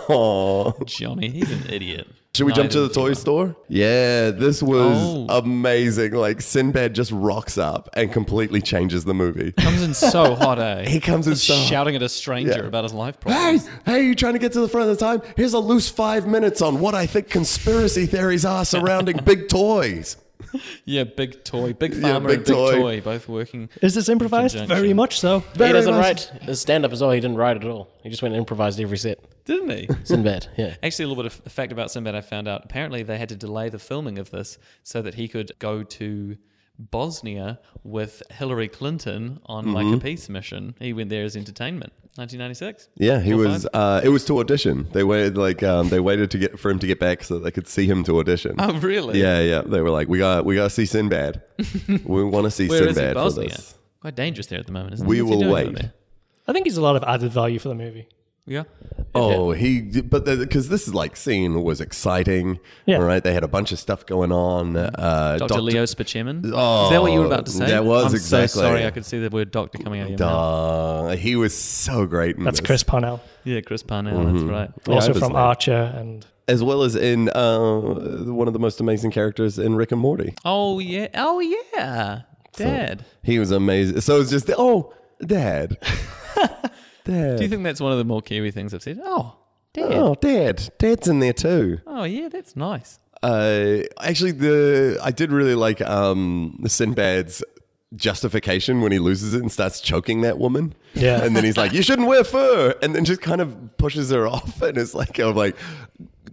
A: Aw.
D: Johnny, he's an idiot.
A: Should we
D: No,
A: jump
D: I
A: to the
D: didn't see
A: toy store? Yeah, this was
D: Oh.
A: amazing. Like Sinbad just rocks up and completely changes the movie.
D: [LAUGHS] Comes in so hot,
A: [LAUGHS]
D: eh?
A: He comes in so
D: shouting at a stranger
A: Yeah.
D: about his life
A: Hey,
D: problems.
A: hey, you trying to get to the front of the time? Here's a loose five minutes on what I think conspiracy theories are
D: [LAUGHS]
A: surrounding big toys.
D: Yeah, big toy, big
A: Yeah,
D: farmer,
A: big
D: and big
A: toy.
D: toy. both working.
B: [LAUGHS] Is this improvised?
D: Conjunction.
B: Very much so.
A: Very
C: he doesn't
A: much-
C: write his stand up as well. He didn't write at all. He just went and improvised every set.
A: [LAUGHS]
D: Didn't he?
C: Sinbad, [LAUGHS] yeah.
D: Actually, a little bit of a fact about Sinbad I found out. Apparently, they had to delay the filming of this so that he could go to Bosnia with Hillary Clinton on like
A: Mm-hmm.
D: a peace mission. He went there as entertainment. 1996.
A: Yeah, he
D: Full
A: was.
D: time.
A: Uh, it was to audition. They waited like um, they waited to get for him to get back so they could see him to audition.
D: Oh, really?
A: Yeah, yeah. They were like, we got we got to see
D: [LAUGHS]
A: Sinbad. we want to see
D: Where is he?
A: Sinbad for
D: Bosnia.
A: this.
D: Quite dangerous there at the moment, isn't
A: We
D: it? What's he
A: will
D: doing
A: wait.
D: over there?
B: I think he's a lot of added value for the movie.
D: Yeah.
A: Oh, he, but because this is like scene was exciting,
B: Yeah.
A: right? They had a bunch of stuff going on. Uh,
D: Dr. Leo Spachemin.
A: Oh,
D: is that what you were about to say?
A: that was
D: I'm
A: exactly-
D: So sorry, I could see the word doctor coming out of your mouth.
A: Uh, he was so great. In
B: That's
A: this.
B: Chris Parnell,
D: Yeah, Chris Parnell.
A: Mm-hmm.
D: That's right.
B: also
A: was
B: from
A: there.
B: Archer and
A: as well as in uh, one of the most amazing characters in Rick and Morty.
D: Oh yeah. Oh yeah. Dad.
A: He was amazing. So it's just oh,
D: [LAUGHS]
A: Dad, Dad.
D: Do you think that's one of the more Kiwi things I've said? Oh, Dad. Oh,
A: Oh, Dad, Dad's in there too.
D: yeah, that's nice.
A: Uh, actually, the I did really like um, Sinbad's justification when he loses it and starts choking that woman.
B: Yeah.
A: and then he's like, "You shouldn't wear fur," and then just kind of pushes her [LAUGHS] off, and it's like, "I'm like,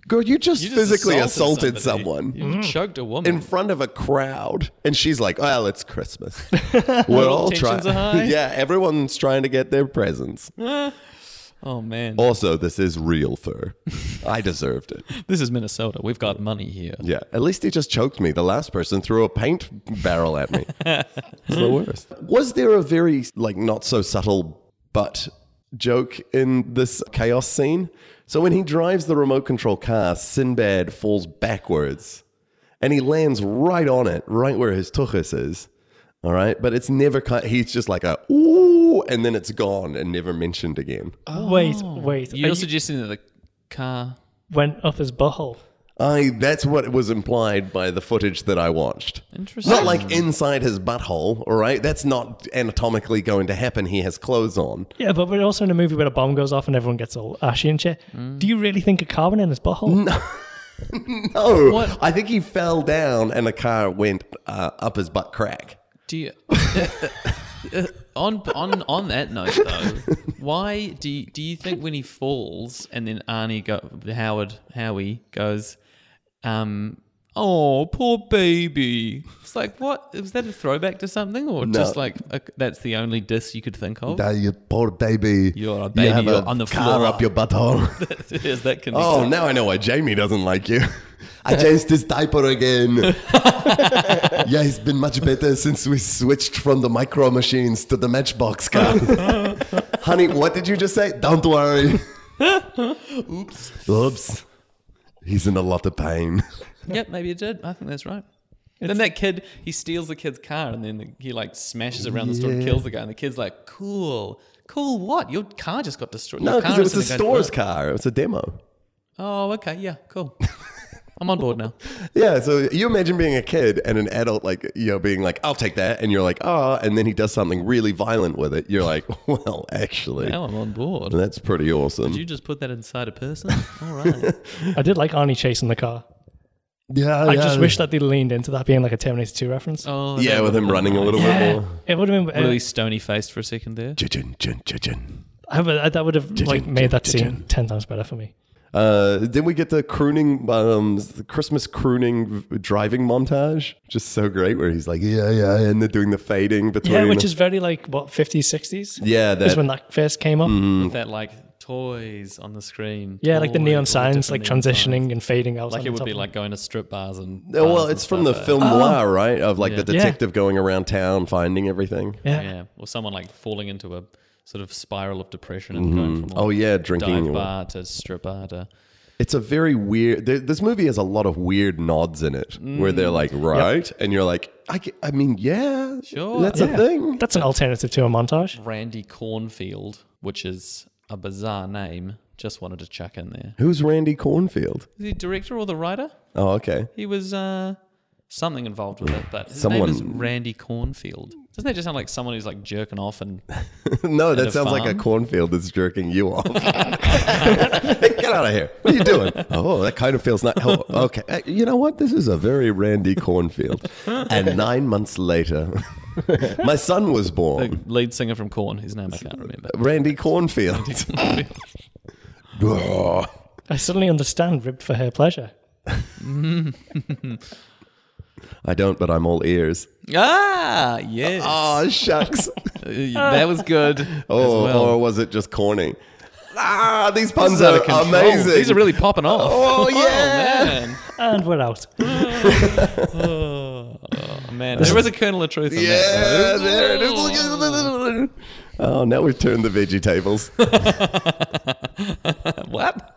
A: girl, you just,
D: You just
A: physically assaulted,
D: somebody.
A: someone."
D: You choked a woman.
A: in front of a crowd, and she's like, "Well, it's
D: [LAUGHS]
A: Christmas. We're all trying.
D: tensions are
A: [LAUGHS]
D: high.
A: yeah, everyone's trying to get their presents.
D: oh man,
A: Also, this is real fur. I deserved it.
D: this is Minnesota. We've got money here.
A: Yeah. At least he just choked me. The last person threw a paint barrel at me. it's the worst. Was there a very like not so subtle but joke in this chaos scene? So when he drives the remote control car, Sinbad falls backwards, and he lands right on it, right where his tuchus is. All right, but it's never cut. He's just like a ooh, and then it's gone and never mentioned again.
B: wait,
C: Oh.
B: wait.
D: You're
B: Are you-
D: suggesting that the car.
B: went up his butthole.
A: I that's what was implied by the footage that I watched.
D: Interesting.
A: Not like inside his butthole, all right? That's not anatomically going to happen. He has clothes
D: [LAUGHS]
A: on.
B: Yeah, but we're also in a movie where a bomb goes off and everyone gets all ashy and shit.
D: Mm.
B: Do you really think a car went in his butthole?
A: No,
D: What?
A: I think he fell down and a car went uh, up his butt crack.
D: Do you, uh, on on on that note though, why do you, do you think when he falls and then Arnie go Howard Howie goes, um, oh poor baby. It's like what was that a throwback to something or just like a, that's the only diss you could think of?
A: you poor baby.
D: You're a You baby, have a you're on the car floor. up your [LAUGHS]
A: butthole.
D: [LAUGHS] Is that connected?
A: oh, now I know why Jamie doesn't like you. I changed his diaper again. [LAUGHS] yeah, it's been much better since we switched from the micro machines to the matchbox car. [LAUGHS] Honey, what did you just say? Don't worry. [LAUGHS] Oops. Oops. He's in a lot of pain.
D: [LAUGHS] Yep, maybe it did. I think that's right. then that kid, he steals the kid's car and then the, he like smashes around the store and
A: Yeah.
D: kills the guy. And the kid's like, cool. Cool what? Your car just got destroyed.
A: No,
D: Your
A: because
D: car
A: it was the
D: isn't a
A: store's
D: guy's
A: car. It was a demo.
D: car. Oh, okay. Yeah, cool. I'm on board
A: [LAUGHS]
D: now.
A: Yeah, so you imagine being a kid and an adult, like, you know, being like, I'll take that. And you're like, oh, and then he does something really violent with it. You're like, [LAUGHS] well, actually,
D: Now I'm on board.
A: that's pretty awesome. [LAUGHS]
D: Did you just put that inside a person? All right.
B: I did like Arnie chasing the car.
A: Yeah,
B: I just wish that they leaned into that being like a Terminator 2 reference.
D: Oh,
A: Yeah,
D: that
A: with him
D: would've
A: running a
D: been
A: little
D: nice.
A: bit
B: yeah,
A: more.
B: it would have been.
D: Really
B: Uh,
D: stony faced for a second there.
A: Jin, jin, jin, jin.
B: I would, that would have like made that scene ten times better for me.
A: Uh, then we get the crooning, um, the Christmas crooning v- driving montage, just so great, where he's like, yeah, yeah, and they're doing the fading between.
B: Yeah, which is very like what fifties, sixties.
A: yeah,
B: is
A: that, Mm-hmm.
B: when that first came up.
A: Mm.
D: With that like toys on the screen.
B: Yeah, like the
D: Toys, all
B: neon signs, like
D: different neon signs.
B: transitioning and fading out.
D: Oh,
B: on
D: Like it
B: the
D: would
B: top
D: be
B: of
D: like going to strip bars and.
A: Yeah, oh, well,
D: bars and
A: it's from the
D: stuff, uh,
A: film noir, right? Of like the
D: Yeah.
B: Oh. Yeah.
A: detective going around town finding everything.
B: it. yeah.
D: Yeah, or someone like falling into a sort of spiral of depression and going from like
A: Oh yeah,
D: dive
A: drinking.
D: bar to strip bar to.
A: It's a very weird. Th- this movie has a lot of weird nods in it, where they're like,
B: Mm.
A: right, and you're like, I, ca- I mean, yeah,
D: Sure.
A: that's a
B: Yeah.
A: thing.
B: That's an alternative to
A: [LAUGHS]
B: a montage.
D: Randy Cornfield, which is a bizarre name. Just wanted to chuck in there.
A: Who's Randy Cornfield?
D: Is he director or the writer?
A: Oh, okay. [LAUGHS]
D: He was uh, something involved with it, but his
A: Someone-
D: name is Randy Cornfield. Doesn't that just sound like someone who's like jerking off and [LAUGHS]
A: no, that
D: a
A: sounds like a
D: farm?
A: cornfield that's jerking
D: [LAUGHS]
A: you off. Hey, get out of here! What are you doing? Oh, that kind of feels not. Oh, okay, Uh, you know what? This is a very Randy Cornfield. and nine months later, [LAUGHS] my son was born.
D: the lead singer from Corn? His name I can't remember. [LAUGHS]
A: Randy Cornfield. [LAUGHS] Oh,
B: I suddenly understand ribbed for her pleasure.
A: I don't, but I'm all ears.
D: Ah, yes,
A: Oh,
D: [LAUGHS]
A: shucks.
D: Uh, that was good.
A: Oh,
D: as well.
A: or was it just corny? Ah, these puns
D: Out
A: are
D: of control.
A: amazing.
D: These are really popping off. [LAUGHS]
A: Oh, yeah.
D: man.
B: And
A: [LAUGHS]
B: we're out.
D: Oh, man. There is a kernel of truth in that.
A: Yeah, there it is. Oh, now we've turned the veggie tables.
B: [LAUGHS]
D: What?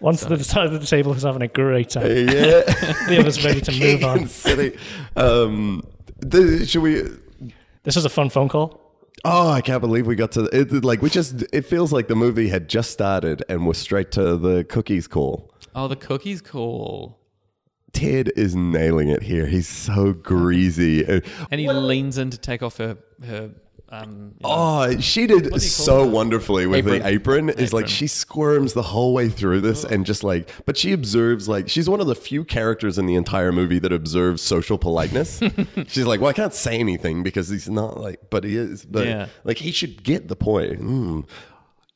B: Once the side of the table is having a great time,
A: yeah.
B: the others
A: [LAUGHS]
B: ready to move
A: Kansas
B: on.
A: City. Um, the, should we?
B: This was a fun phone call.
A: Oh, I can't believe we got to it. Like we just, it feels like the movie had just started and we're straight to the cookies call.
D: Oh, the cookie's cool.
A: Ted is nailing it here. He's so greasy. And-
D: And he leans in to take off her her. Um, you know,
A: Oh, she did
D: do you call
A: so
D: that?
A: wonderfully with the apron. Is like
D: Apron.
A: she squirms the whole way through this and just like, but she observes like she's one of the few characters in the entire movie that observes social politeness. she's like, well, I can't say anything because he's not like, but he is. But
D: Yeah.
A: like, he should get the point. Mm.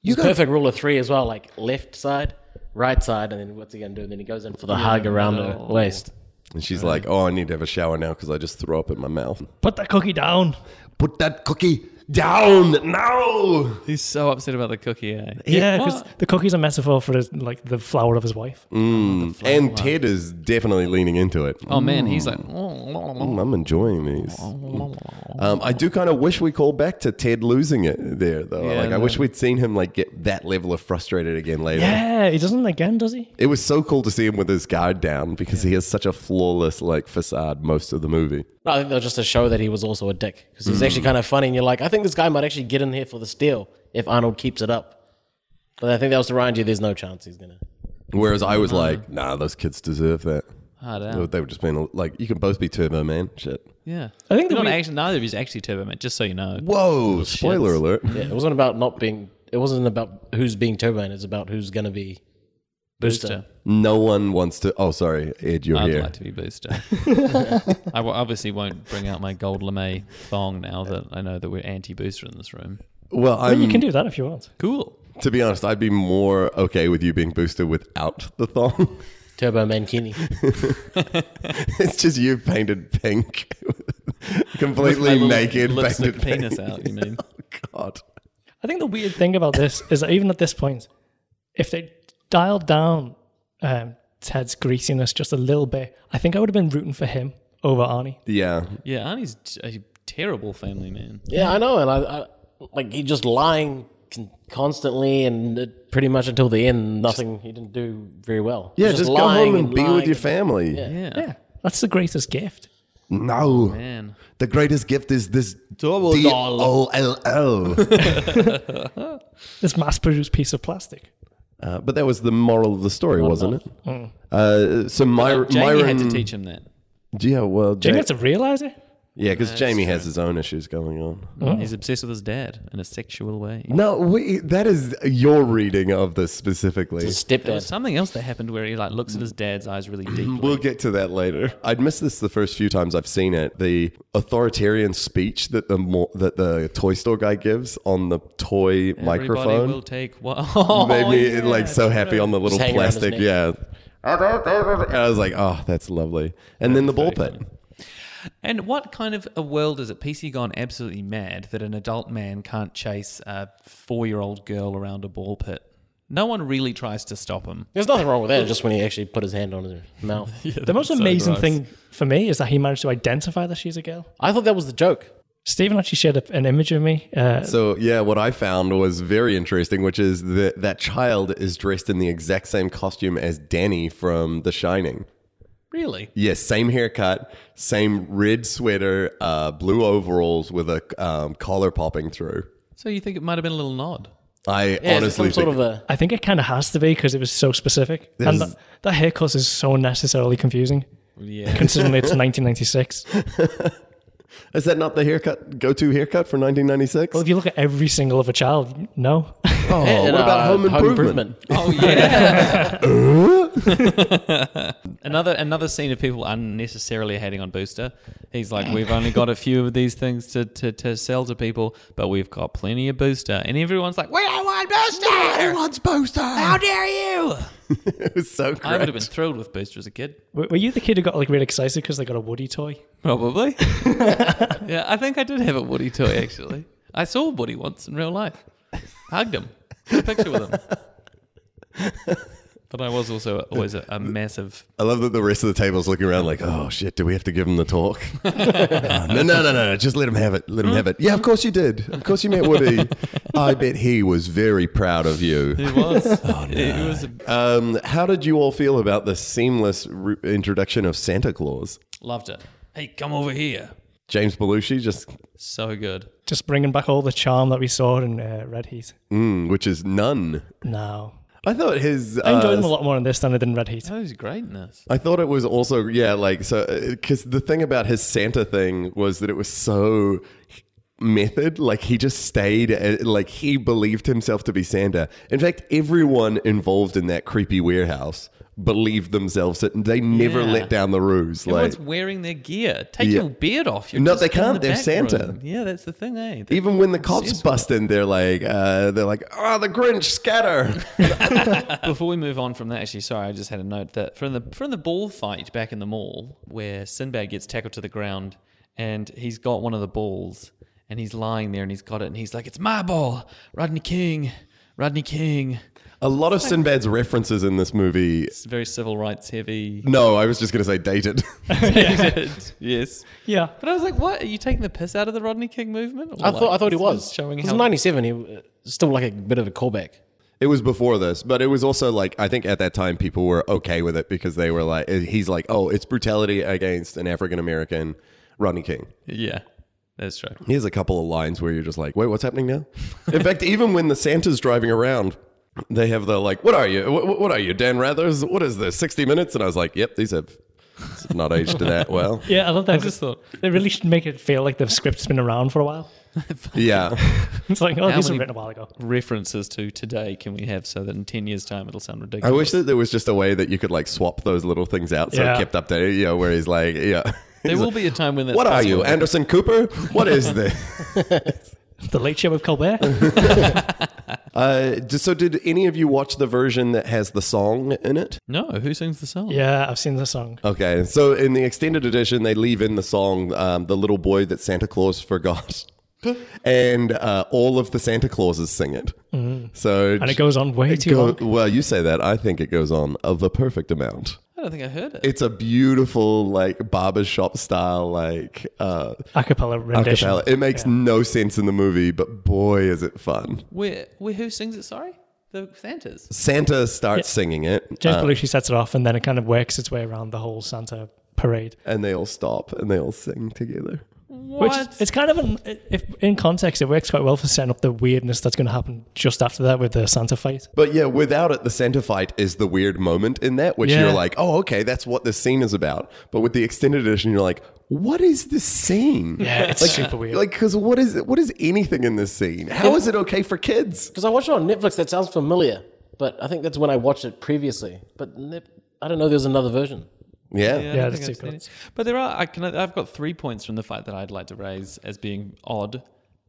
A: You got
C: Perfect rule of three as well, like left side, right side, and then what's he gonna do? And then he goes in for the hug around the waist.
A: And she's like, oh, I need to have a shower now because I just threw up in my mouth.
B: Put that cookie down.
A: Put that cookie down now.
D: he's so upset about the cookie. Eh?
B: Yeah, because
D: What?
B: the cookie's a metaphor for his, like the flower of his wife.
A: And Ted is definitely leaning into it.
D: Oh man, he's like. "Mm,
A: Mm, I'm enjoying these. Um, I do kind of wish we called back to Ted losing it there, though.
D: Yeah,
A: like, I
D: no.
A: wish we'd seen him like get that level of frustrated again later.
B: Yeah, he doesn't again, does he?
A: It was so cool to see him with his guard down because he has such a flawless like facade most of the movie.
C: No, I think that was just to show that he was also a dick because he's actually kind of funny, and you're like, I think this guy might actually get in here for the steal if Arnold keeps it up. But I think that was to remind you, there's no chance he's gonna.
A: Whereas I was like, nah, those kids deserve that.
D: Hard
A: They were-
D: out.
A: They were just being like, you can both be Turbo Man. Shit.
D: Yeah.
B: I think
D: They're
B: that
D: not
B: we-
D: actually, neither of you's actually Turbo Man, just so you know.
A: Whoa! spoiler alert.
C: Yeah, it wasn't about not being. It wasn't about who's being Turbo Man. It's about who's gonna be Booster.
D: Booster.
A: No one wants to. Oh, sorry, Ed, you're
D: I'd
A: here.
D: like to
B: [LAUGHS]
D: be Booster. [LAUGHS] I w- obviously won't bring out my gold lame thong now that I know that we're anti Booster in this room.
A: Well,
B: Well,
A: I'm.
B: you can do that if you want.
D: Cool.
A: to be honest, I'd be more okay with you being Booster without the thong. [LAUGHS]
C: Turbo Mankini.
A: It's just you painted pink, [LAUGHS] completely
D: My little
A: naked,
D: lipstick
A: painted
D: penis
A: pink. Oh,
D: out,
A: [LAUGHS]
D: you mean?
A: God,
B: I think the weird thing about this is that even at this point, if they dialed down um, Ted's greasiness just a little bit, I think I would have been rooting for him over Arnie.
A: yeah.
D: Yeah, Arnie's t- a terrible family man.
C: Yeah, I know, and I, I like he just lying con- constantly, and it, pretty much until the end, nothing he didn't do very well.
A: Yeah, just, go
C: lying
A: home and, be
C: lying.
A: with your family.
D: Yeah.
B: Yeah, that's the greatest gift.
A: No,
D: Man.
A: the greatest gift is this
D: Double
A: D
D: doll.
A: O L L.
B: This mass-produced piece of plastic.
A: [LAUGHS] Uh, But that was the moral of the story, wasn't it? Uh, so My-
D: Jamie
A: Myron,
D: Hmm. had to teach him that.
A: Yeah, oh, well,
B: Do you
A: Ja-
B: have to realize it?
A: Yeah, because
D: That's
A: Jamie has
D: true.
A: his own issues going on.
B: Oh.
D: He's obsessed with his dad in a sexual way.
A: No, we, that is your reading of this specifically.
C: His
D: There
C: stepdad.
D: was something else that happened where he like looks at his dad's eyes [CLEARS THROAT] really deeply.
A: We'll get to that later. I'd missed this the first few times I've seen it. The authoritarian speech that the mo- that the toy store guy gives on the toy
D: Everybody
A: microphone
D: will take [LAUGHS] one. Oh,
A: made me
D: yeah,
A: like so
D: that's
A: happy
D: right.
A: on the little
C: Just hanging around his
A: plastic. Yeah, I was like, oh, that's lovely. And then the ball pit.
D: And what kind of a world is it? PC gone absolutely mad that an adult man can't chase a four-year-old girl around a ball pit. No one really tries to stop him.
C: There's nothing wrong with that. Just when he actually put his hand on his
D: [LAUGHS]
C: mouth.
B: The most amazing thing for me is that he managed to identify that she's a girl.
C: I thought that was the joke.
B: Stephen actually shared a, an image of me. Uh,
A: So yeah, what I found was very interesting, which is that that child is dressed in the exact same costume as Danny from The Shining.
D: Really?
A: Yes, same haircut, same red sweater, uh, blue overalls with a um, collar popping through.
D: So you think it might have been a little nod?
A: I
C: Yeah, it's
A: honestly
C: some
A: think
C: sort of a.
B: I think it kind of has to be because it was so specific. And
A: This-
B: that, that haircut is so unnecessarily confusing
D: Yeah.
B: [LAUGHS] considering
D: [LAUGHS]
B: it's 1996. Well,
A: is that not the haircut go-to haircut for 1996?
B: if you look at every single other child, no.
A: oh,
C: Yeah, and,
A: what about
C: uh,
A: Home Improvement?
D: Oh yeah. [LAUGHS] Uh? another another scene of people unnecessarily hating on Booster. He's like, we've only got a few of these things to, to, to sell to people, but we've got plenty of Booster, and everyone's like, we don't want Booster.
A: Everyone's poster.
D: How dare you?
A: [LAUGHS] It was so
D: I would have
A: great.
D: been thrilled with Booster as a kid.
B: Were, were you the kid who got like really excited because they got a Woody toy?
D: [LAUGHS] Probably. yeah, I think I did have a Woody toy actually. I saw Woody once in real life. Hugged him. Took a picture with him. [LAUGHS] But I was also always a, a massive.
A: I love that the rest of the table's looking around like, oh shit, do we have to give him the talk? [LAUGHS] Oh, no, no, no, no, just let him have it. Let him have it. Yeah, of course you did. Of course you met Woody. I bet he was very proud of you.
D: It [LAUGHS] was.
A: Oh,
D: It was
A: Um, how did you all feel about the seamless re- introduction of Santa Claus?
D: loved it. Hey, come over here.
A: James Belushi just,
D: So good.
B: Just bringing back all the charm that we saw in uh, Red Heat.
A: mm, which is none.
B: No.
A: I thought his.
B: I enjoyed
A: uh,
B: them a lot more in this than I did in Red
D: [LAUGHS]
B: Heat.
D: That was greatness.
A: I thought it was also yeah, like so because the thing about his Santa thing was that it was so method like he just stayed uh, like he believed himself to be santa in fact everyone involved in that creepy warehouse believed themselves that they never
D: Yeah.
A: let down the ruse
D: Everyone's
A: like
D: wearing their gear. Take
A: Yeah.
D: your beard off. You're
A: No,
D: just
A: they
D: in
A: can't.
D: the
A: They're
D: back
A: Santa.
D: room. Yeah, that's the thing, eh? They-
A: even when the cops bust in they're like uh they're like oh the grinch
D: [LAUGHS]
A: scatter
D: Before we move on from that, actually, sorry, I just had a note that from the from the ball fight back in the mall where Sinbad gets tackled to the ground and he's got one of the balls and he's lying there and he's got it and he's like, "It's my ball, Rodney King, Rodney King."
A: a lot of sinbad's references in this movie
D: It's very civil
A: [LAUGHS]
D: rights heavy. [LAUGHS]
A: no i was just gonna say dated [LAUGHS]
D: yes,
B: Yeah.
D: but I was like, "What? Are you taking the piss out of the Rodney King movement?" Or
C: I
D: like,
C: thought I thought he
D: this
C: was.
D: showing
C: Because
D: how
C: '97, he uh, still like a bit of a callback.
A: It was before this, but it was also like I think at that time people were okay with it because they were like, he's like, oh, it's brutality against an African American, Rodney King.
D: yeah, that's true.
A: He has a couple of lines where you're just like, wait, what's happening now? In fact, even when the Santa's driving around, they have the like, what are you? What, what are you, Dan Rathers? What is this? 60 minutes? And I was like, yep, these have it's not aged to that well.
B: Yeah, I love that.
D: I just thought,
B: They really should make it feel like the script's been around for a while.
A: Yeah.
B: It's like, oh,
D: How
B: these were
D: many-
B: written a while ago.
D: references to today can we have so that in ten years' time it'll sound
A: I
D: ridiculous?
A: wish that there was just a way that you could like swap those little things out so
B: Yeah.
A: it kept updated, you know, where he's like, yeah.
D: there will be a time when that's
A: What are you,
D: possible.
A: Anderson Cooper? What is this?
B: The Late Show with
D: [LAUGHS]
B: Colbert?
A: Uh, d- so did any of you watch the version that has the song in it?
D: No, who sings the song?
B: yeah, I've seen the song.
A: Okay, so in the extended edition, they leave in the song um, "The Little Boy That Santa Claus Forgot," [LAUGHS] and uh, all of the Santa Clauses sing it. So
B: Mm-hmm. And it goes on way too long.
A: well, you say that. I think it goes on of the perfect amount.
D: I don't think I heard it.
A: It's a beautiful, like barbershop style, like uh,
B: Acapella rendition.
A: acapella. It makes no sense in the movie, but boy, is it fun!
D: Where, where who sings it? Sorry, the Santas.
A: Santa starts singing it.
B: James Belushi sets it off and then it kind of works its way around the whole Santa parade.
A: and they all stop and they all sing together.
B: Which
D: What?
B: is, it's kind of an if in context it works quite well for setting up the weirdness that's going to happen just after that with the Santa fight.
A: But yeah, without it, the center fight is the weird moment in that, which
B: Yeah.
A: you're like, oh, okay, that's what this scene is about. But with the extended edition, you're like, what is this scene?
B: Yeah, it's super weird.
A: Like, because what is what is anything in this scene? How is it okay for kids?
C: Because I watched it on Netflix. That sounds familiar, but I think that's when I watched it previously. But ne- I don't know. There's another version.
A: Yeah.
D: Yeah, I
A: yeah.
D: don't
B: Yeah,
D: think
B: that's
D: I've
B: too
D: seen
B: good.
D: it. But there are. I can. I've got three points from the fight that I'd like to raise as being odd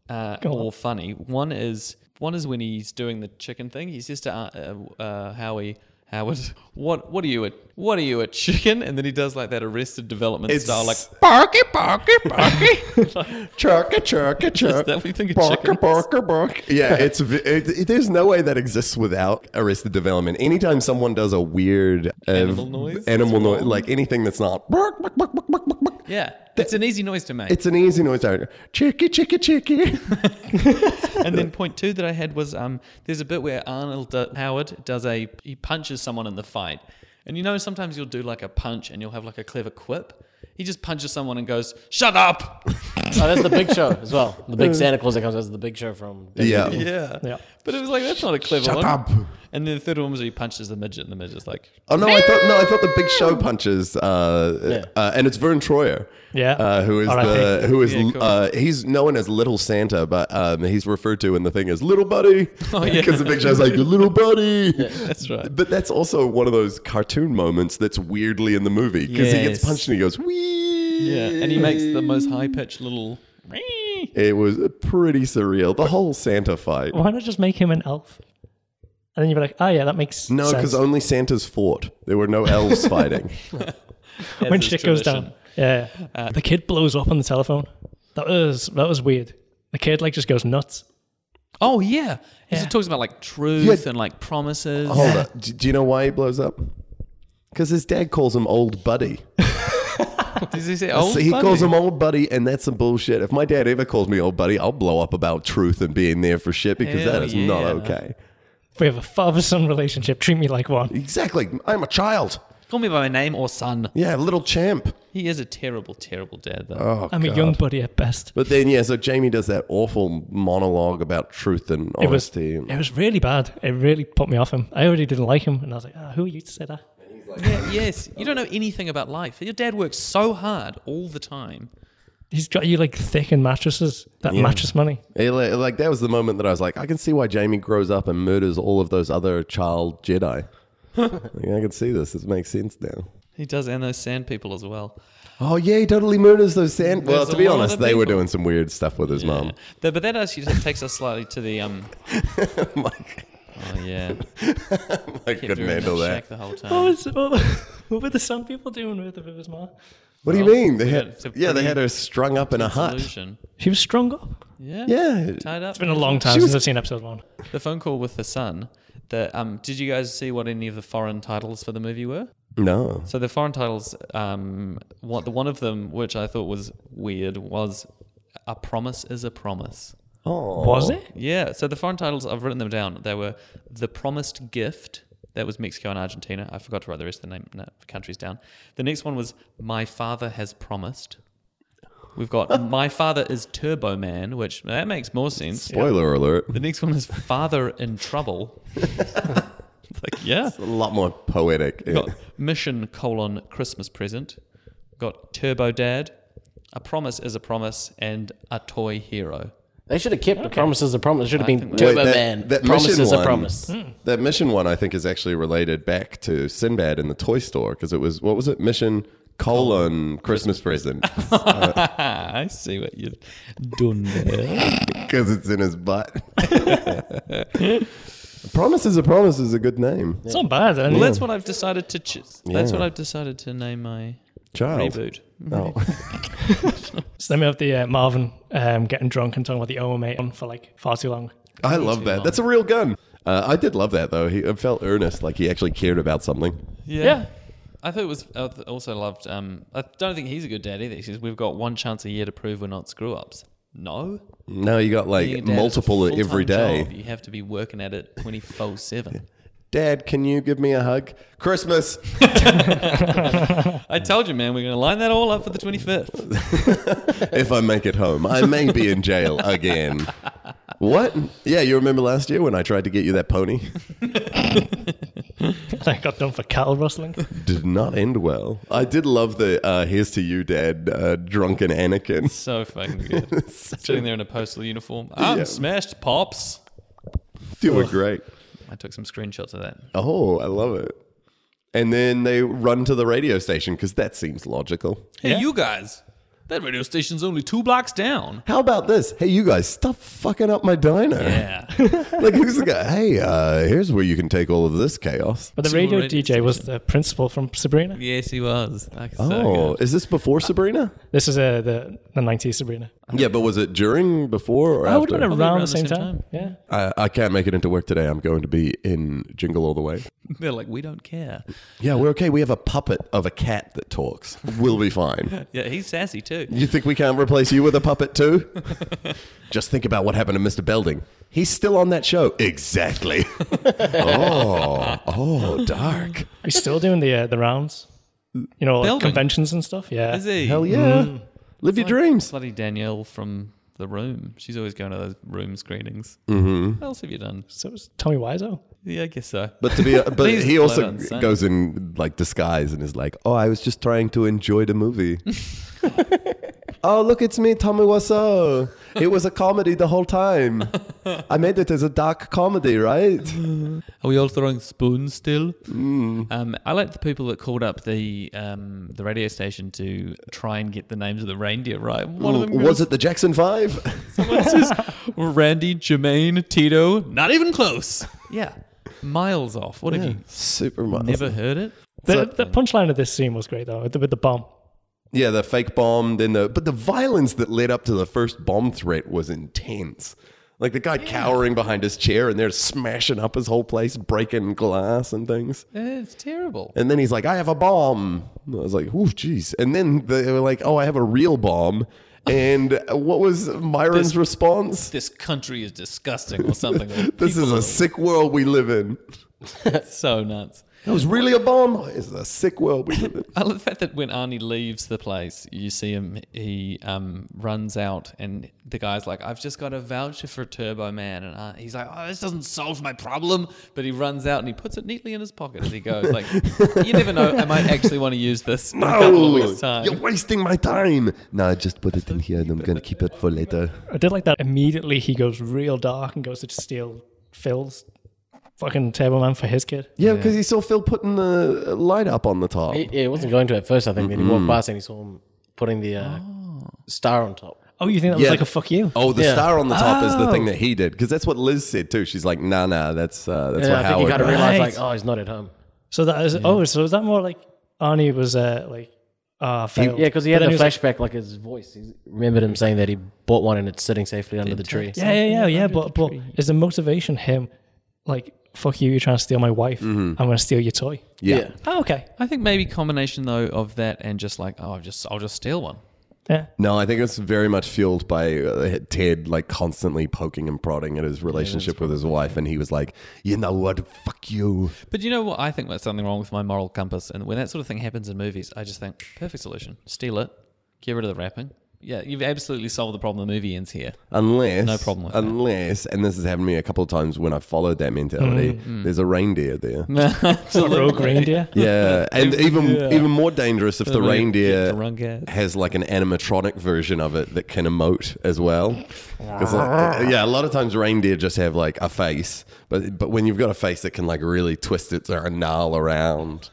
D: uh, or funny. One is one is when he's doing the chicken thing. He's just uh, uh, uh, Howie Howard. [LAUGHS] What what are you a what are you a chicken? And then he does like that Arrested Development style, like
A: barky, barky,
B: [LAUGHS]
A: barky, chirka, chirka, chirka.
D: that what you think a
A: barker,
D: chicken is?
A: barker, bark. Yeah, it's v- it, it- there's no way that exists without Arrested Development. Anytime someone does a weird uh,
D: Animal noise?
A: animal noise,
D: That's
A: like anything that's not bark, bark, bark, bark, bark, bark, bark.
D: yeah. It's an easy noise to make.
A: It's an easy noise. out. Chicky, chicky, chicky. [LAUGHS]
D: and then point two that I had was um, there's a bit where Arnold do- Howard does a he punches someone in the fight, and you know sometimes you'll do like a punch and you'll have like a clever quip. He just punches someone and goes, "Shut up!"
C: Oh, that's the Big Show as well. The big Santa Claus that comes out is the Big Show from.
A: [LAUGHS] yeah.
D: [LAUGHS] yeah,
B: Yeah.
D: But it was like that's not a clever
A: Shut
D: one.
A: up.
D: And then the third one was where he punches the midget, and the midget's like,
A: Oh no! I thought no. I thought the Big Show punches, uh,
C: Yeah.
A: uh, and it's Vern Troyer,
B: Yeah.
A: uh, who is
B: R.I.P.
D: [LAUGHS]
A: the who is
D: Yeah, cool.
A: uh, he's known as Little Santa, but um, he's referred to in the thing as Little Buddy, oh,
D: yeah.
A: because the Big Show's like Little
D: [LAUGHS]
A: Buddy.
D: "That's right."
A: But that's also one of those cartoon moments that's weirdly in the movie because he gets
D: Yes.
A: punched and he goes wee.
D: Yeah, and he makes the most high pitched little.
A: It was pretty surreal. The whole Santa fight.
B: Why not just make him an elf? And then you'd be like, oh yeah, that makes
A: No,
B: sense.
A: because only Santa's fought. There were no elves fighting.
D: as
B: when
D: is
B: shit goes
D: tradition.
B: down. Yeah, the kid blows up on the telephone. That was that was weird. The kid like just goes nuts.
D: Oh yeah, 'Cause
B: Yeah.
D: it talks about like truth and like promises.
A: Hold up. Do, do you know why he blows up? Because his dad calls him old buddy.
D: Does he say? Oh,
A: so he calls him old buddy, and that's some bullshit. If my dad ever calls me old buddy, I'll blow up about truth and being there for shit because
D: Hell
A: that is not
D: yeah.
A: okay.
B: We have a father son relationship. Treat me like one.
A: Exactly. I'm a child.
D: Call me by my name or son.
A: Yeah, little champ.
D: He is a terrible, terrible dad though.
A: Oh,
B: I'm a
A: God.
B: young buddy at best.
A: But then, yeah, so Jamie does that awful monologue about truth and
B: It was
A: honesty.
B: it was really bad. It really put me off him. I already didn't like him, and I was like, ah, who are you to say that?
D: Yeah, yes. You don't know anything about life. Your dad works so hard all the time.
B: He's got you like thick in mattresses. That mattress money.
A: It, like, like, that was the moment that I was like, I can see why Jamie grows up and murders all of those other child [LAUGHS] Jedi. Like, I can see this. This makes sense now.
D: He does, and those sand people as well.
A: Oh yeah, he totally murders those sand. Well,
D: There's
A: to
D: a
A: be
D: lot of
A: honest, they were
D: people.
A: doing some weird stuff with his mum. [LAUGHS]
D: Yeah. Th- But that actually just takes us slightly to the um.
A: Mike,
D: Oh
A: [LAUGHS]
D: yeah,
A: I couldn't
D: Doing
A: handle that. Oh,
D: shack the
B: [LAUGHS]
D: whole
B: What
D: time.
B: was what, what were [LAUGHS] the sun people doing with the Viva's mom?
A: What do you mean? They
D: yeah,
A: had,
D: it's a
A: yeah, they
D: pretty
A: had her strung up in a hut.
D: Solution.
B: She was strung up.
D: Yeah.
A: Yeah,
D: Tied up.
B: It's been a long time
A: was-
B: since I've seen episode one.
D: The phone call with the son. The um. Did you guys see what any of the foreign titles for the movie were?
A: no.
D: So the foreign titles, um, what the one of them which I thought was weird was, "A Promise Is a Promise."
A: Oh,
B: Was it?
D: Yeah. So the foreign titles, I've written them down. They were The Promised Gift. That was Mexico and Argentina. I forgot to write the rest of the name no, countries down. The next one was My Father Has Promised. We've got My Father is Turbo Man, which that makes more sense.
A: Spoiler alert.
D: The next one is Father in Trouble. It's like, yeah.
A: A lot more poetic. Yeah.
D: Got Mission colon Christmas present. Got Turbo Dad. A promise is a promise and a toy hero. [LAUGHS]
C: They should have kept the promises. A promise It should have been
D: think-
A: Wait,
C: Turbo Man. promises
A: mission
C: is a
A: one-
C: promise.
A: That mission one, I think, is actually related back to Sinbad in the toy store because it was what was it? Mission colon Christmas present [LAUGHS]
D: I see what you've done there.
A: because it's in his butt. promise is a promise is a good name.
B: It's not bad. I mean,
D: Well, that's what I've decided to. Ch- That's what
A: Yeah.
D: I've decided to name my
A: Child.
D: reboot.
A: Oh.
B: So then we have the uh, Marvin um, getting drunk and talking about the OMA on for like far too long.
A: [LAUGHS]
B: [LAUGHS]
A: I love that. That's a real gun. Uh, I did love that though. He it felt earnest, like he actually cared about something.
D: [LAUGHS] Yeah.
B: Yeah.
D: I thought it was. I th- also loved. Um, I don't think he's a good dad either. He says we've got one chance a year to prove we're not screw ups. No,
A: No, you got like
D: Being a dad is a
A: multiple
D: full-time
A: every day. [LAUGHS]
D: job. You have to be working at it twenty four seven.
A: Dad, can you give me a hug? Christmas.
D: I told you, man, we're going to line that all up for the
A: [LAUGHS]
D: 25th.
A: if I make it home, I may be in jail again. What? Yeah, you remember last year when I tried to get you that pony?
B: I got done for
A: [LAUGHS]
B: cattle rustling.
A: Did not end well. I did love the uh, "Here's to you, Dad" uh, drunken Anakin. [LAUGHS]
D: So fucking good. Sitting there in a postal uniform. I'm
A: Yeah.
D: smashed, pops.
A: You were great.
D: I took some screenshots of that.
A: Oh, I love it. And then they run to the radio station because that seems logical.
D: Hey, you guys, that radio station's only two blocks down.
A: How about this? Hey, you guys, stop fucking up my diner.
D: Yeah.
A: [LAUGHS] Like, who's the guy? Hey, uh, here's where you can take all of this chaos.
B: But the radio
D: Single radio
B: DJ was the principal from Sabrina.
D: yes, he was. Like, so
A: Oh,
D: good. [LAUGHS]
A: is this before Sabrina?
B: This is uh, the the 90s Sabrina.
A: Yeah, but was it during, before, or
B: I would
A: after?
B: have been around,
D: around
B: the
D: the
B: same,
D: same
B: time.
D: time.
B: Yeah.
A: I, I can't make it into work today. I'm going to be in Jingle All the Way.
D: They're like, we don't care.
A: Yeah, we're okay. We have a puppet of a cat that talks. We'll be fine.
D: Yeah, he's sassy too.
A: You think we can't replace you with a puppet too? [LAUGHS] Just think about what happened to Mr. Belding. He's still on that show. Exactly. [LAUGHS] oh, oh, dark.
B: He's still doing the uh, the rounds. You know, like
D: Building.
B: conventions and stuff. Yeah.
D: Is he?
A: Hell yeah. Live your dreams.
D: Bloody Danielle from The Room. She's always going to those room screenings. What else have you done?
B: So it was Tommy Wiseau.
D: Yeah, I guess so.
A: Mm-hmm. But to
D: [LAUGHS]
A: be, but
D: Please
A: he
D: blow
A: also
D: it insane.
A: goes in like disguise and is like, "Oh, I was just trying to enjoy the
D: [LAUGHS]
A: movie." [LAUGHS] oh, look, it's me, Tommy Wiseau. It was a comedy the whole time. I made it as a dark comedy, right?
D: Are we all throwing spoons still?
A: Mm.
D: Um, I like the people that called up the um, the radio station to try and get the names of the reindeer right. [LAUGHS] One of them
A: was it the Jackson
D: [LAUGHS]
A: Five?
D: Randy, Jermaine, Tito. Not even
A: [LAUGHS]
D: close. yeah, miles off. What have you
A: Super much.
D: never heard it?
B: The,
A: So-
B: the punchline of this scene was great, though, with the, with the bomb.
A: Yeah, the fake bomb, then the but the violence that led up to the first bomb threat was intense. Like the guy cowering behind his chair and they're smashing up his whole place, breaking glass and things.
D: Eh, It's terrible.
A: And then he's like, I have a bomb. And I was like, oh, jeez. And then they were like, oh, I have a real bomb. And what was Myron's
D: This-
A: response?
D: This country is disgusting or
A: [LAUGHS]
D: something.
A: This is a sick world we live in.
D: so nuts.
A: It was really a bomb. This is a sick world we
D: [LAUGHS]
A: live in.
D: I love the fact that when Arnie leaves the place, you see him. He um, runs out, and the guy's like, "I've just got a voucher for Turbo Man," and Ar- he's like, "Oh, this doesn't solve my problem." But he runs out and he puts it neatly in his pocket as he
A: [LAUGHS]
D: goes. Like, you never know. I might actually want to use this in a couple of weeks'
A: No,
D: time.
A: you're wasting my time. No, I just put it in here and I'm going to keep it for later.
B: I did like that. Immediately, he goes real dark and goes to just steal Phil's fucking Turbo Man for his kid.
A: Yeah, because he saw Phil putting the light up on the top.
C: He, he wasn't going to at first, I think. Then he
A: Hmm.
C: walked past and he saw him putting the uh, star on top.
B: Oh, you think that
A: Yeah.
B: was like a fuck you?
A: Oh, the
C: Yeah.
A: star on the top is the thing that he did because that's what Liz said too. She's like, "Nah, nah, that's uh, that's what
C: And I think he
A: Howard."
C: kind of
A: does."
C: realized, like,
B: Right.
C: oh, he's not at home.
B: So that is. Oh, so is that more like Arnie was uh, like, ah, failed.
C: Yeah, because he
B: But
C: had
B: then
C: a
B: was like,
C: flashback, like, his voice. He remembered him saying that he bought one and it's sitting safely under the tree.
B: yeah, yeah, yeah, yeah. But but is the motivation him like fuck you? You're trying to steal my wife.
C: Mm-hmm.
B: I'm gonna steal your toy.
A: yeah.
B: Oh, okay.
D: I think maybe combination though of that and just like, oh, I've just I'll just steal one.
B: Yeah.
A: No, I think it's very much fueled by uh, Ted like constantly poking and prodding at his relationship with his wife, and he was like, "You know what? Fuck you."
D: But you know what? I think there's something wrong with my moral compass. And when that sort of thing happens in movies, I just think perfect solution: steal it, get rid of the wrapping. Yeah, you've absolutely solved the problem. The movie ends here.
A: Unless,
D: No problem with that.
A: unless, and this has happened to me a couple of times when I followed that mentality.
D: Mm,
A: There's a reindeer
D: [LAUGHS]
A: there.
B: Rogue reindeer.
A: Yeah, and even even more dangerous if the
D: Like,
A: reindeer
D: get the wrong guy.
A: has like an animatronic version of it that can emote as well. 'Cause, like, uh, yeah, a lot of times reindeer just have like a face, but but when you've got a face that can like really twist its or gnarl around.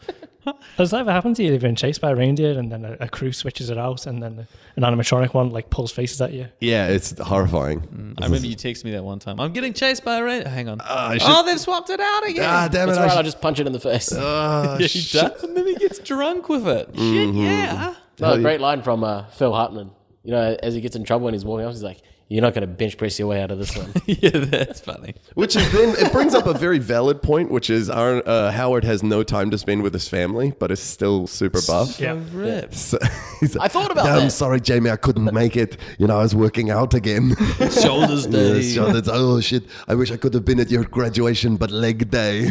B: Has that ever happened to you? You've been chased by a reindeer, and then a, a crew switches it out, and then an animatronic one like pulls faces at you.
A: Yeah, it's
C: Mm.
A: horrifying.
D: I remember you texted me that one time. I'm getting chased by a rain. Hang on.
A: I should-
D: oh, they've swapped it out again.
A: Uh, Ah, damn it!
C: Uh, That's right,
A: I
C: I'll
A: sh-
C: just punch it in the face. [LAUGHS]
A: ah,
D: yeah,
A: sh-
D: he does. And then he gets drunk with it.
A: Mm-hmm.
D: Shit, yeah. [LAUGHS]
C: No, a great line from uh, Phil Hartman. You know, as he gets in trouble and he's walking off, he's like, You're not going to bench press your way out of
A: [LAUGHS]
C: this one.
D: yeah, that's funny.
A: Which is then it brings up a very valid point, which is our, uh, Howard has no time to spend with his family, but is still super buff.
B: Yeah.
D: Rip.
A: So [LAUGHS] he's like,
C: I thought about
A: "Yeah, I'm
C: that."
A: sorry, Jamie. I couldn't make it. You know, I was working out
C: [LAUGHS]
A: again. [LAUGHS]
D: Shoulders
A: Yeah,
D: day.
A: so that's- oh shit! I wish I could have been at your graduation, but leg
C: [LAUGHS]
A: day.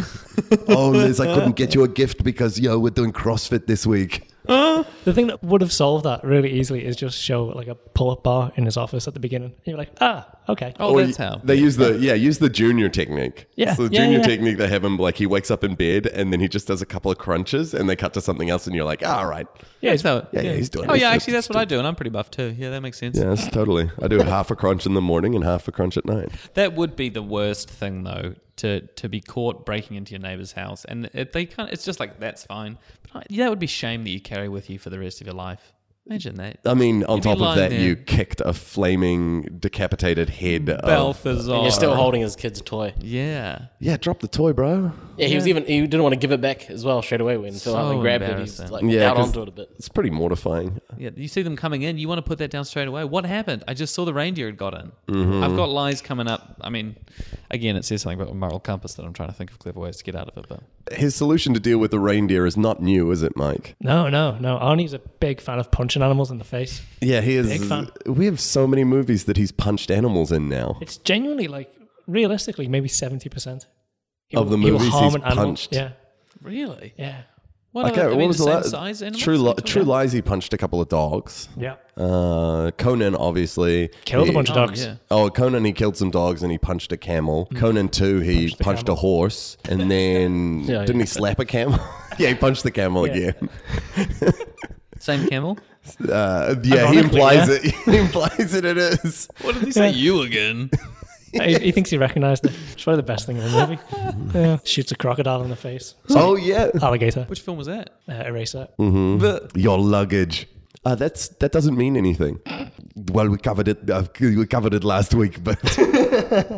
A: oh, Liz, I couldn't get you a gift because yo, we're doing CrossFit this week.
B: The thing that would have solved that really easily is just show like a pull-up bar in his office at the beginning. And you're like, ah, okay.
D: Oh, that's how.
A: They use the yeah, use the junior technique.
B: Yeah.
A: So the
B: Yeah,
A: junior
B: yeah.
A: technique, they have him like he wakes up in bed and then he just does a couple of crunches and they cut to something else and you're like, all right,
B: yeah,
D: That's how it-
A: Yeah, yeah, he's doing
D: Oh,
A: it.
D: yeah, actually, that's what I do, and I'm pretty buff too. Yeah, that makes sense.
A: yeah, that's totally. I do half a crunch in the morning and half a crunch at night.
D: That would be the worst thing, though, to to be caught breaking into your neighbor's house, and it, they kind of, it's just like that's fine. But I, yeah, that would be shame that you carry with you for the rest of your life. Imagine that.
A: I mean, on
D: You'd be
A: top of
D: lying
A: that,
D: there.
A: you kicked a flaming decapitated head. Of,
D: Balthazar.
C: And you're
A: Oh.
C: still holding his kid's toy.
D: Yeah.
A: yeah, drop the toy, bro.
C: Yeah, he was even he didn't want to give it back as well straight away when Phil
D: So
C: Hartman grabbed it. He's
D: embarrassing.
C: like
A: Yeah,
C: out
A: 'cause-
C: onto it a bit.
A: It's pretty mortifying.
D: Yeah, you see them coming in. You want to put that down straight away. What happened? I just saw the reindeer had got in. I've got lies coming up. I mean, again, it says something about a moral compass that I'm trying to think of clever ways to get out of it. But
A: His solution to deal with the reindeer is not new, is it, Mike?
B: No, no, no. Arnie's a big fan of punching animals in the face.
A: Yeah, he is.
B: Big fan.
A: We have so many movies that he's punched animals in now.
B: It's genuinely like realistically maybe seventy percent
A: Of the movies he's punched.
B: Yeah,
D: really,
B: yeah,
D: what
A: Okay,
D: are,
A: uh, what
D: what
A: was
D: the,
A: the
D: same
A: la-
D: size? animals
A: True,
D: are we
A: Li-
D: talking
A: True
D: about?
A: Lies. He punched a couple of dogs.
B: yeah.
A: Uh, Conan, obviously,
B: Killed
A: he-
B: a bunch of
D: Oh,
B: dogs.
D: yeah.
A: Oh, Conan, he killed some dogs and he punched a camel. Conan 2, he punched,
B: Mm. the
A: a
B: camel.
A: horse.
B: [LAUGHS]
A: And then,
C: Yeah,
A: didn't
C: yeah.
A: he slap a camel? [LAUGHS] yeah, he punched the camel
B: Yeah.
A: again.
D: Same camel.
A: Uh, yeah, he
B: Ironically,
A: implies
B: yeah.
A: it. [LAUGHS] He implies it, it is.
D: What did he say? You again?
B: he, he thinks he recognised it. It's probably the best thing in the movie.
A: [LAUGHS]
B: Yeah. Shoots a crocodile in the face.
A: Oh, yeah.
B: Alligator.
D: Which film was that?
B: Uh, eraser.
D: The-
A: Your luggage. Uh, that's that doesn't mean anything. Well, we covered it. Uh, we covered it last week, but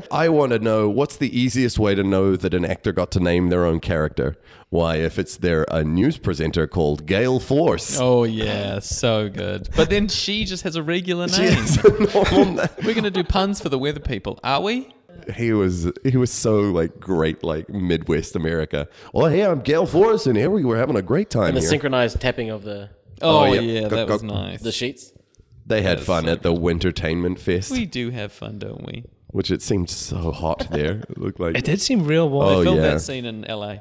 A: [LAUGHS] I want to know what's the easiest way to know that an actor got to name their own character. Why, if it's their a news presenter called Gail Force,
D: Oh yeah, so good. But then she just has a regular
A: She
D: name.
A: has a
D: [LAUGHS]
A: normal name.
D: We're gonna do puns for the weather people, are we?
A: he was he was so like great, like Midwest America. Oh, hey, I'm Gail Force, and here we were having a great time
C: And the
A: here.
C: synchronized tapping of the
D: Oh,
A: Oh, yeah.
D: yeah,
A: Go-
D: that
A: go-
D: was nice.
C: the sheets.
A: they had fun at the Wintertainment Fest,
D: we do have fun, don't we?
A: which it seemed so hot there. It looked like
B: It did seem real warm.
A: Oh,
D: Filmed
A: yeah.
D: that scene in LA.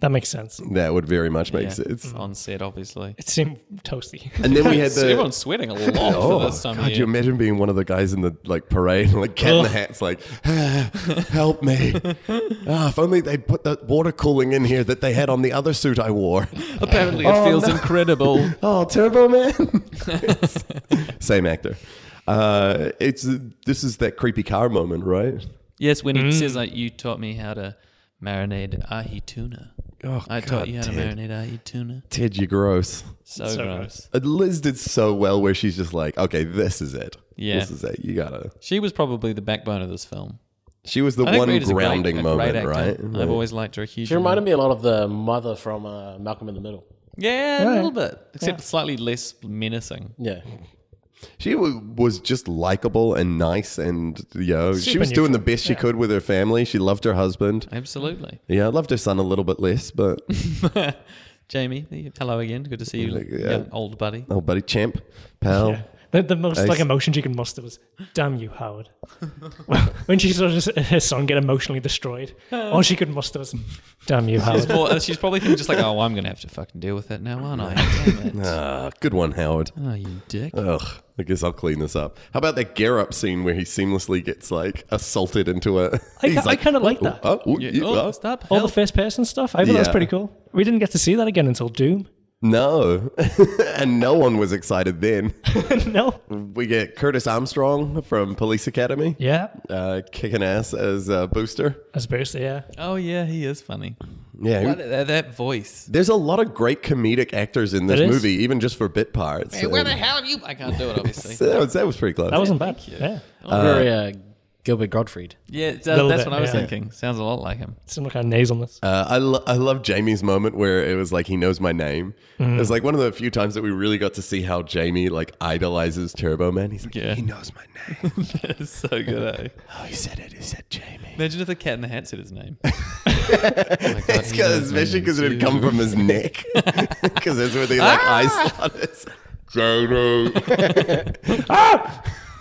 B: That makes sense.
A: that would very much make
D: Yeah, [LAUGHS]
A: sense.
D: on set, obviously.
B: It seemed
A: [LAUGHS]
B: toasty.
A: And then [LAUGHS]
D: [LAUGHS]
A: we had the Oh,
D: Everyone's sweating a lot for this time
A: God,
D: of
A: you
D: year.
A: imagine being one of the guys in the like parade, [LAUGHS] like cat in the
B: Ugh.
A: hat's like, "Ah, help
D: [LAUGHS]
A: me. Ah, if only they'd put that water cooling in here that they had on the other suit I wore. [LAUGHS]
D: Apparently, it feels incredible.
A: Oh, Turbo Man. [LAUGHS] Same actor. Uh, it's this is that creepy car moment, right?
D: Yes, when he
A: Mm.
D: says, like, "You taught me how to marinate ahi tuna."
A: Oh,
D: I
A: God,
D: taught you how to
A: Ted.
D: marinate ahi tuna.
A: Ted, you're gross.
D: So,
B: So
D: gross.
B: gross.
A: Uh, Liz did so well where she's just like, okay, this is it.
D: Yeah.
A: This is it. You gotta.
D: She was probably the backbone of this film.
A: She was the
D: I think
A: one
D: Rita's a great-
A: grounding
D: a great
A: moment,
D: actor.
A: right?
D: I've always liked her a huge.
C: She reminded me a lot of the mother from uh, Malcolm in the Middle.
D: Yeah, a
B: Right.
D: little bit, except
B: Yeah.
D: slightly less menacing.
C: Yeah,
A: She w- was just likable and nice, and you know, she
B: Super
A: was doing the
B: neutral,
A: best she
B: yeah.
A: could with her family. She loved her husband.
D: Absolutely, [LAUGHS]
A: Yeah, I loved her son a little bit less,
B: [LAUGHS]
A: but
D: Jamie. Hello again. Good to see you,
A: Yeah.
D: young old buddy.
A: oh, buddy, champ, pal.
B: Yeah. The, the most like
A: Nice.
B: emotion she can muster was, "Damn you, Howard." [LAUGHS] Well, when she saw his, her son get emotionally destroyed, all she could muster was, "Damn
A: [LAUGHS]
B: you, Howard."
D: Well, she's probably thinking just like, oh, I'm gonna have to fucking deal with that now, aren't [LAUGHS] I? Damn it.
A: Ah, good one, Howard.
D: Oh, you dick.
A: Ugh, I guess I'll clean this up. How about that Gear-Up scene where he seamlessly gets like assaulted into a? [LAUGHS]
B: I,
A: he's
B: ki- I
A: like,
B: kind of like that.
A: oh, ooh,
D: Yeah.
A: you-
D: Oh,
A: oh.
D: stop.
B: all
D: Help.
B: the first person stuff. I thought that was
A: Yeah.
B: pretty cool. We didn't get to see that again
A: [LAUGHS]
B: until Doom. [LAUGHS]
A: no, [LAUGHS] and no one was excited then.
B: no.
A: We get Curtis Armstrong from Police Academy
B: Yeah.
A: uh, kicking ass as uh, Booster.
B: I suppose. Yeah.
D: Oh yeah, he is funny.
A: Yeah, he-
D: What, that, that voice.
A: There's a lot of great comedic actors in this
B: There is.
A: movie, even just for bit parts. [LAUGHS]
D: Hey, where the hell have you? I can't do it, obviously.
A: So that, was, that was pretty close. [GASPS]
B: That wasn't bad. Yeah.
C: very uh, Gilbert Gottfried.
D: Yeah, that-
B: Little
D: that's
B: bit,
D: what I was
B: yeah.
D: thinking. Sounds a lot like him.
B: Some kind of nasalness.
A: Uh, I, lo- I love Jamie's moment where it was like he knows my name. It was like one of the few times that we really got to see how Jamie like idolizes Turbo Man. He's like,
D: Yeah.
A: he knows my name.
D: [LAUGHS] it's so good. Eh?
A: [LAUGHS] oh, he said it. He said Jamie.
D: Imagine if the cat in the hat said his name. oh my God,
A: It's 'cause-
D: he knows me
A: especially because it had
D: too.
A: come from his
D: [LAUGHS]
A: neck. [LAUGHS] Because that's where the
D: Ah!
A: like eye slot is. Jamie.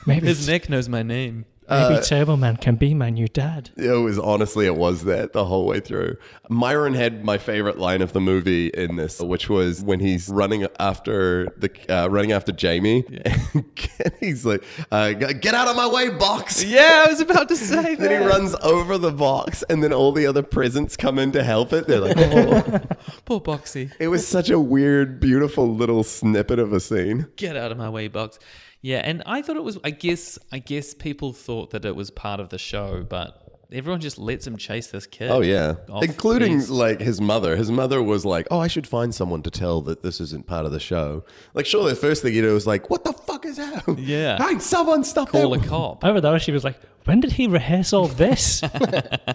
B: Maybe,
D: [LAUGHS] His neck knows my name.
A: Uh,
B: maybe Turbo Man can be my new dad.
A: It was honestly, it was that the whole way through. Myron had my favorite line of the movie in this, which was when he's running after the uh, running after Jamie. [LAUGHS] and he's like, uh, "Get out of my way, box!"
D: [LAUGHS] Yeah, I was about to say that.
A: Then he runs over the box, and then all the other presents come in to help it. They're like, [LAUGHS] oh.
D: Poor Boxy.
A: it was such a weird, beautiful little snippet of a scene.
D: Get out of my way, Box. Yeah, and I thought it was. I guess. I guess people thought that it was part of the show, but everyone just lets him chase this kid.
A: Oh yeah,
D: Off
A: including
D: these-
A: like his mother. His mother was like, "Oh, I should find someone to tell that this isn't part of the show." Like, sure, the first thing you do is like, "What the fuck is that?" [LAUGHS]
D: Yeah.
A: hey, someone stop
D: call a
A: that. [LAUGHS]
D: cop.
B: However, though, she was like, when did he rehearse all this?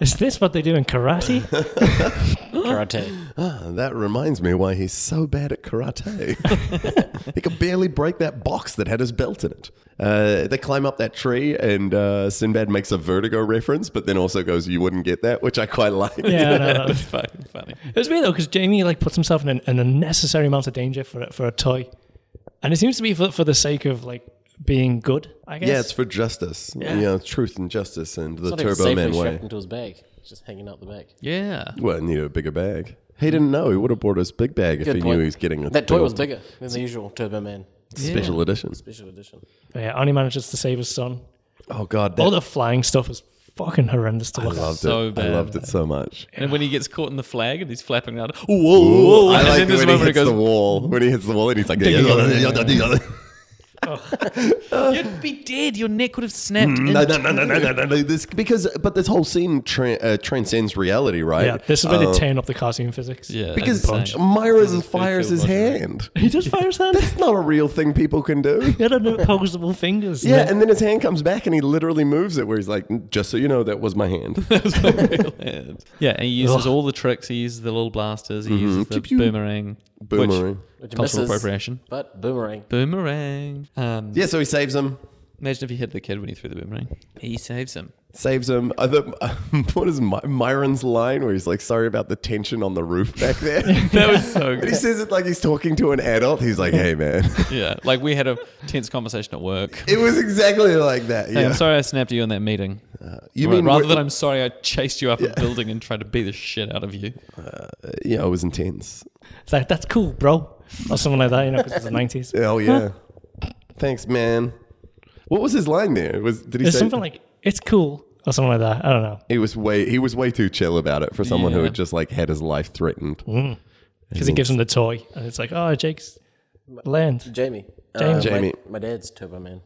B: Is this what they do
A: [LAUGHS]
B: in karate?
C: Karate.
A: Ah, that reminds me why he's so bad at karate. [LAUGHS] he could barely break that box that had his belt in it. Uh, they climb up that tree, and uh, Sinbad makes a vertigo reference, but then also goes, "You wouldn't get that," which I quite [LAUGHS] like.
B: Yeah, no, no.
D: It's fucking funny.
B: It was weird though because Jamie like puts himself in an, an unnecessary amount of danger for a- for a toy, and it seems to be for, for the sake of like being good. I guess.
A: Yeah, it's for justice. Yeah, truth and justice, and the
C: Not even
A: Turbo Man
C: safely
A: way.
C: strapped into his bag. It's just hanging out the back.
D: Yeah.
A: Well, it needed a bigger bag. He didn't know. He would have bought his big bag if he knew
C: point.
A: he was getting a
C: That toy
A: big
C: was
A: old
C: bigger than the usual Turbo Man
A: special edition.
C: special edition.
B: yeah. Arnie manages to save his son.
A: Oh god, that,
B: All the flying stuff is fucking horrendous to
A: I
B: look at.
A: loved
D: so
A: it.
D: bad.
A: I loved it so much.
D: And when he gets caught in the flag and he's flapping around, whoa, whoa, whoa.
A: I
D: and
A: like
D: then there's a
A: when he
D: moment
A: hits
D: it goes,
A: the wall. When he hits the wall, and he's like,
D: "You'd be dead. Your neck would have snapped." in
A: Mm-hmm. no, no, no, no, no, no, no, no. This because, but this whole scene tra- uh, transcends reality, right? Uh,
B: Yeah, this is where
A: Um,
B: they turn up the cartoon physics.
D: Yeah,
A: Because
D: that's insane.
A: Myra
D: It's
A: fires his
D: pretty cool, wasn't it?
A: hand.
B: he just fires that.
A: It's not a real thing people can do.
B: He had opposable fingers.
A: Yeah, and then his hand comes back, and he literally moves it, where he's like, "Just so you know, that was my hand."
D: Yeah, and he uses all the tricks. He uses the little blasters. He uses the
A: Pew-pew.
D: boomerang.
A: Mm-hmm. Boomerang.
D: Which,
C: Which
D: cultural
C: misses.
D: appropriation.
C: But boomerang.
D: Boomerang. Um,
A: Yeah, so he saves him.
D: Imagine if he hit the kid when he threw the boomerang. He saves him.
A: saves him. Uh, the, [LAUGHS] what is My- Myron's line where he's like, "Sorry about the tension on the roof back there."
D: [LAUGHS]
A: and
D: That was so
A: he
D: good.
A: says it like he's talking to an adult. He's like, "Hey, man." [LAUGHS]
D: yeah, like we had a tense conversation at work.
A: It was exactly like that. Yeah.
D: Hey, I'm sorry I snapped you in that meeting.
A: You
D: Right,
A: mean
D: rather
A: we're-
D: than I'm sorry I chased you up a building and tried to beat the shit out of you.
A: uh, yeah, it was intense.
B: it's like that's cool, bro, or something like that. You know, because it's the nineties.
A: Oh [LAUGHS] yeah. Thanks, man. What was his line there? Was did he
B: It's
A: say
B: something like it's cool or something like that. I don't know
A: he was way he was way too chill about it for someone who
D: Yeah. Mm-hmm.
A: had just like had his life threatened.
B: because he gives him the toy and it's like, oh, Jake's learned.
C: Jamie. Uh,
B: Jamie.
C: my-
A: Jamie.
C: My, dad's Turbo Man.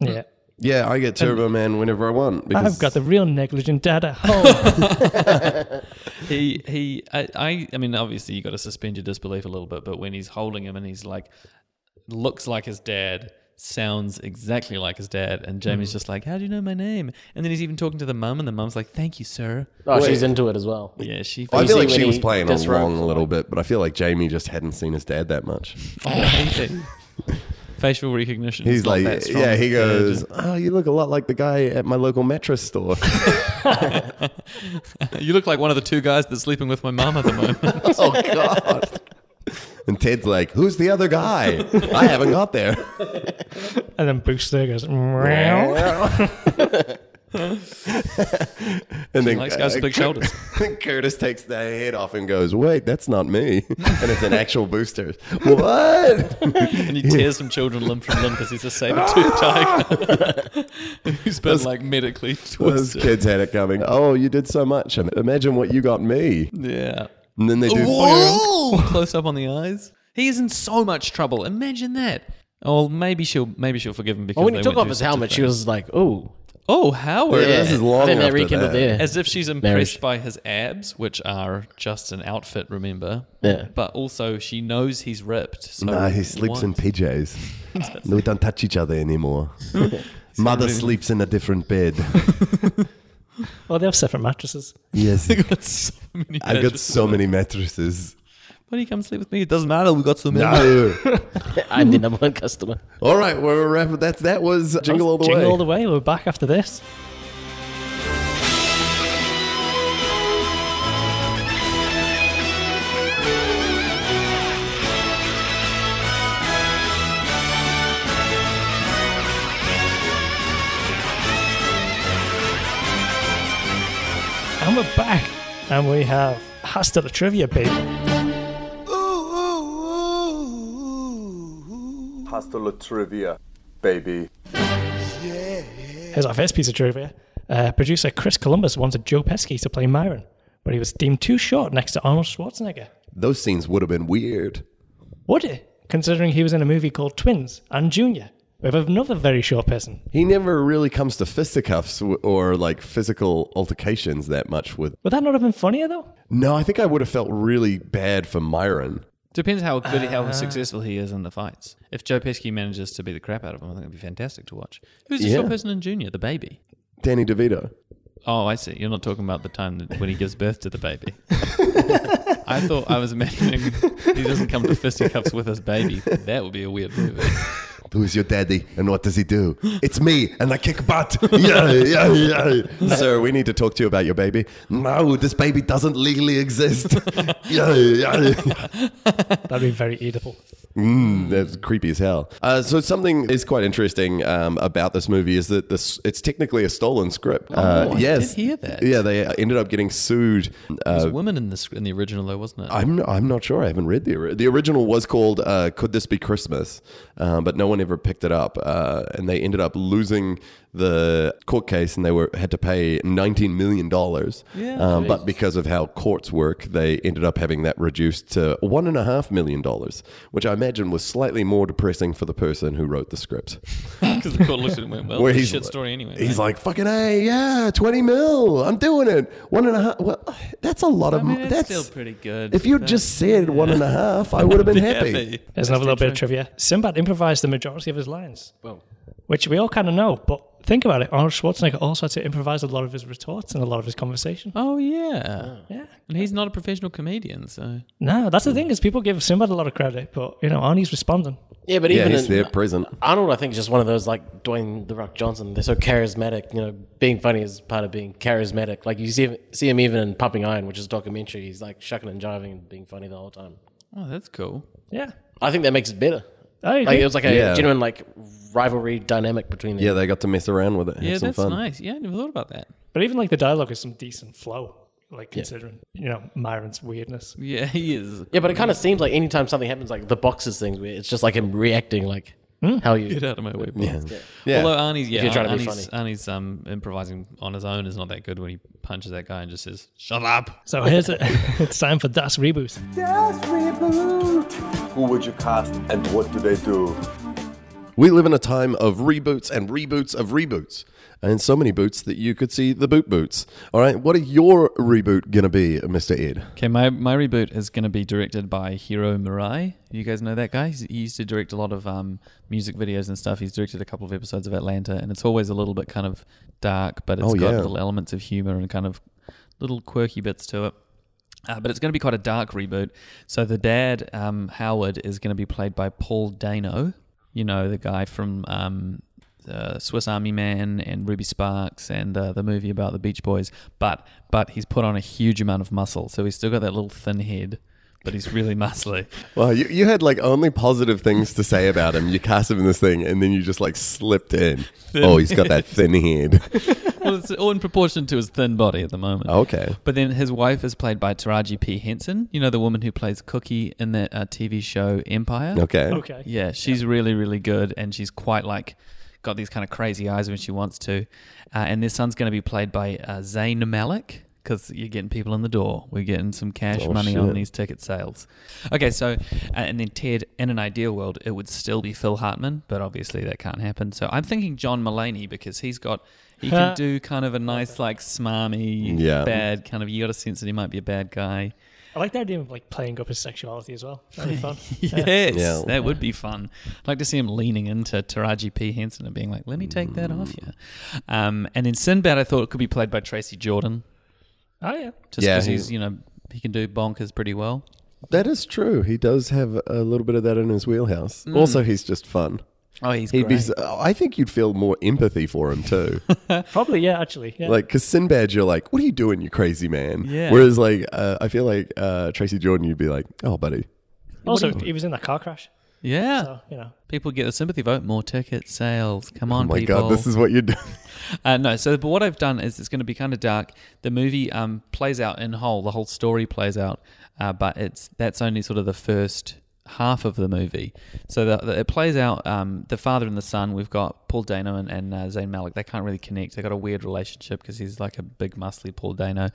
B: Yeah.
A: Yeah, I get Turbo Man whenever I want. Because
B: I've got the real negligent dad at home.
D: He he I, I I mean obviously you got to suspend your disbelief a little bit, but when he's holding him and he's like looks like his dad, sounds exactly like his dad, and Jamie's just like, "How do you know my name?" And then he's even talking to the mum, and the mum's like, "Thank you, sir."
C: Oh,
A: Wait.
C: she's into it as well.
D: Yeah, she.
A: I feel
C: you see
A: like
C: when
A: she
C: he
A: was playing along
C: disrobes,
A: a little bit, but I feel like Jamie just hadn't seen his dad that much.
D: [LAUGHS] facial recognition.
A: He's
D: is not
A: like,
D: that strong.
A: yeah, he
D: just-
A: goes, oh, you look a lot like the guy at my local mattress
D: [LAUGHS]
A: store. [LAUGHS]
D: You look like one of the two guys that's sleeping with my mum at the moment.
A: [LAUGHS]
D: [LAUGHS]
A: oh, God. And Ted's like, who's the other guy? I haven't got
D: [LAUGHS]
A: there.
B: and then Booster goes, meow.
A: And then
D: Likes guys with big
A: Cur- [LAUGHS]
D: shoulders.
A: Curtis takes the head off and goes, wait, that's not me. [LAUGHS] And it's an actual booster.
D: [LAUGHS]
A: what?
D: And he tears some children limb from limb because he's a saber
A: [LAUGHS]
D: tooth tiger [LAUGHS] who's been like medically
A: Those
D: twisted.
A: kids had it coming. Oh, you did so much. Imagine what you got me.
D: Yeah.
A: And then they do.
D: Whoa! Close up on the eyes. He is in so much trouble. Imagine that. Oh, well, maybe she'll maybe she'll forgive him because
C: Well, when he
D: they
C: took
D: went
C: off
D: too
C: his
D: stiff
C: helmet, she
D: there.
C: was like, ooh.
D: Oh, Howard.
A: Yeah. This is long
C: I think they
A: after
C: rekindled
A: that.
C: there.
D: As if she's impressed by his abs, which are just an outfit, remember?
C: [LAUGHS] Yeah.
D: But also, she knows he's ripped. So
A: Nah, he sleeps in [LAUGHS]
D: what?
A: PJs. we don't touch each other anymore. Mother sleeps in a different bed.
B: Well, they have separate mattresses.
A: Yes.
D: They got [LAUGHS] so many
A: I've got so many mattresses.
D: Why do you come sleep with me? It doesn't matter. We got so many.
A: No.
C: I'm the number one customer.
A: All right, we're wrapping. That's that was jingle all the
B: Jingle
A: way.
B: all the way. We're back after this. And we're back, and we have has to the trivia, baby.
E: Hasta la trivia, baby.
B: Here's our first piece of trivia. Uh, producer Chris Columbus wanted Joe Pesky to play Myron, but he was deemed too short next to Arnold Schwarzenegger.
A: Those scenes would have been weird.
B: Would it? Considering he was in a movie called Twins and Junior with another very short person.
A: He never really comes to fisticuffs w- or like physical altercations that much with.
B: Would that not have been funnier though?
A: No, I think I would have felt really bad for Myron.
D: [LAUGHS] Depends how good, how successful he is in the fights. If Joe Pesky manages to beat the crap out of him, I think it'd be fantastic to watch. Who's the short
A: Yeah.
D: person in Junior? The baby.
A: Danny DeVito.
D: Oh, I see. You're not talking about the time that, when he gives birth to
A: [LAUGHS]
D: the baby. I thought I was imagining he doesn't come to fisticuffs with his baby. That would be a weird movie.
A: Who's your daddy and what does he do? It's me and I kick butt. [LAUGHS] Yeah, yeah, yeah. [LAUGHS] Sir, we need to talk to you about your baby. No, this baby doesn't legally [LAUGHS] exist. Yeah, yeah, yeah.
B: That'd be very eatable.
A: Mm, [LAUGHS] that's creepy as hell. Uh, so something is quite interesting um, about this movie is that this it's technically a stolen script. uh,
D: Oh, I
A: yes,
D: did hear that.
A: Yeah, they ended up getting sued.
D: There's
A: Uh,
D: women in this in the original though, wasn't it?
A: I'm I'm not sure. I haven't read the ori- the original was called uh, "Could This Be Christmas," um, but no one ever picked it up, uh, and they ended up losing the court case, and they were had to pay 19 million dollars.
D: Yeah,
A: um, but because of how courts work, they ended up having that reduced to one and a half million dollars, which I imagine was slightly more depressing for the person who wrote the script.
D: [LAUGHS] Because the court looked at it and went, well,
A: Where he's
D: it's a Oh, shit
A: like-
D: story anyway.
A: He's
D: mate.
A: like, "Fucking a, yeah, 20 mil, I'm doing it. One and a half. Well, that's a lot of.
D: I mean,
A: m-
D: it's
A: that's
D: still pretty good.
A: if you'd
D: but-
A: just said one and a half, I would have
D: [LAUGHS]
A: been happy.
B: There's another little bit of trivia. Sinbad improvised the majority of his lines,
C: Well,
B: which we all kind of know, but think about it. Arnold Schwarzenegger also had to improvise a lot of his retorts and a lot of his conversation.
D: Oh yeah.
B: Yeah.
D: And he's not a professional comedian, so
B: No, that's the thing is people give Sinbad a lot of credit, but you know, Arnie's responding.
C: yeah, but
A: Yeah,
C: even
A: he's
C: in-
A: there present.
C: Arnold, I think, is just one of those like Dwayne the Rock Johnson. They're so charismatic. You know, being funny is part of being charismatic. Like you see him, see him even in Pumping Iron, which is a documentary. He's like shucking and jiving and being funny the whole time.
D: oh, that's cool.
B: Yeah.
C: I think that makes it better.
B: I agree.
C: Like it was like a
A: Yeah.
C: genuine like rivalry dynamic between them.
A: Yeah, they got to mess around with it.
D: Yeah,
A: have some
D: that's
A: fun.
D: nice. Yeah, I never thought about that. [LAUGHS]
B: but even like the dialogue is some decent flow, like considering, you know, Myron's weirdness.
D: Yeah, he is.
C: Yeah, but it kind of seems like anytime something happens, like the boxes things, where it's just like him reacting, like how you.
D: Get out of my way,
A: Yeah.
D: boys.
A: Yeah.
D: Although Arnie's, yeah,
C: you're trying to be
D: Arnie's, Arnie's um, improvising on his own is not that good when he punches that guy and just says, "Shut up."
B: So here's [LAUGHS] it. it's time for Das Reboot.
E: Who would you cast and what do they do?
A: We live in a time of reboots and reboots of reboots. And so many boots that you could see the boot boots. All right, what are your reboot going to be, Mr. Ed?
D: Okay, my, my reboot is going to be directed by Hiro Murai. You guys know that guy? He's, he used to direct a lot of um, music videos and stuff. He's directed a couple of episodes of Atlanta, and it's always a little bit kind of dark, but it's
A: Oh,
D: got
A: yeah.
D: little elements of humor and kind of little quirky bits to it. Uh, but it's going to be quite a dark reboot. So the dad, um, Howard, is going to be played by Paul Dano. You know, the guy from um, uh, Swiss Army Man and Ruby Sparks and uh, the movie about the Beach Boys. But but he's put on a huge amount of muscle, so he's still got that little thin head, but he's really [LAUGHS] muscly.
A: Well, you, you had like only positive things to say about him. You cast him in this thing, and then you just like slipped in. Oh, he's got that thin
D: [LAUGHS]
A: head. Oh,
D: well, it's all in proportion to his thin body at the moment.
A: Okay.
D: But then his wife is played by Taraji P. Henson. You know the woman who plays Cookie in that uh, TV show Empire.
A: Okay.
B: [LAUGHS] Okay.
D: Yeah, she's really, really good, and she's quite like got these kind of crazy eyes when she wants to. Uh, and their son's going to be played by uh, Zayn Malik. because you're getting people in the door. We're getting some cash
A: Oh,
D: money
A: shit.
D: on these ticket sales. Okay, so uh, and then Ted. In an ideal world, it would still be Phil Hartman, but obviously that can't happen. So I'm thinking John Mullaney because he's got he can do kind of a nice like smarmy,
A: Yeah.
D: bad kind of. You got a sense that he might be a bad guy.
B: I like the idea of like playing up his sexuality as well. That'd be [LAUGHS] fun.
D: [LAUGHS] Yes,
A: Yeah.
D: that would be fun. I'd like to see him leaning into Taraji P. Henson and being like, let me take that off
A: Mm.
D: you. Um, and then Sinbad, I thought it could be played by Tracy Jordan,
B: Oh yeah.
D: just
A: Yeah,
D: because
A: he-
D: he's, you know, he can do bonkers pretty well.
A: That is true. He does have a little bit of that in his wheelhouse.
D: Mm.
A: Also, he's just fun.
D: Oh, he's
A: He'd be.
D: great.
A: I think you'd feel more empathy for him
D: [LAUGHS]
A: too.
B: Probably yeah. Actually yeah.
A: like, because Sinbad, you're like, "What are you doing, you crazy man?"
D: Yeah.
A: Whereas, like, uh, I feel like uh, Tracy Jordan, you'd be like, "Oh, buddy,
B: also he was in that car crash.
D: yeah.
B: So you know.
D: People get the sympathy vote, more ticket sales. Come on,
A: oh my
D: people.
A: god, this is what you're doing."
D: [LAUGHS] Uh, no, so but what I've done is it's going to be kind of dark. The movie um, plays out in whole. The whole story plays out, uh, but it's that's only sort of the first half of the movie. So the, the, it plays out um, the father and the son. We've got Paul Dano and, and uh, Zayn Malik. They can't really connect. They got a weird relationship because he's like a big muscly Paul Dano, uh,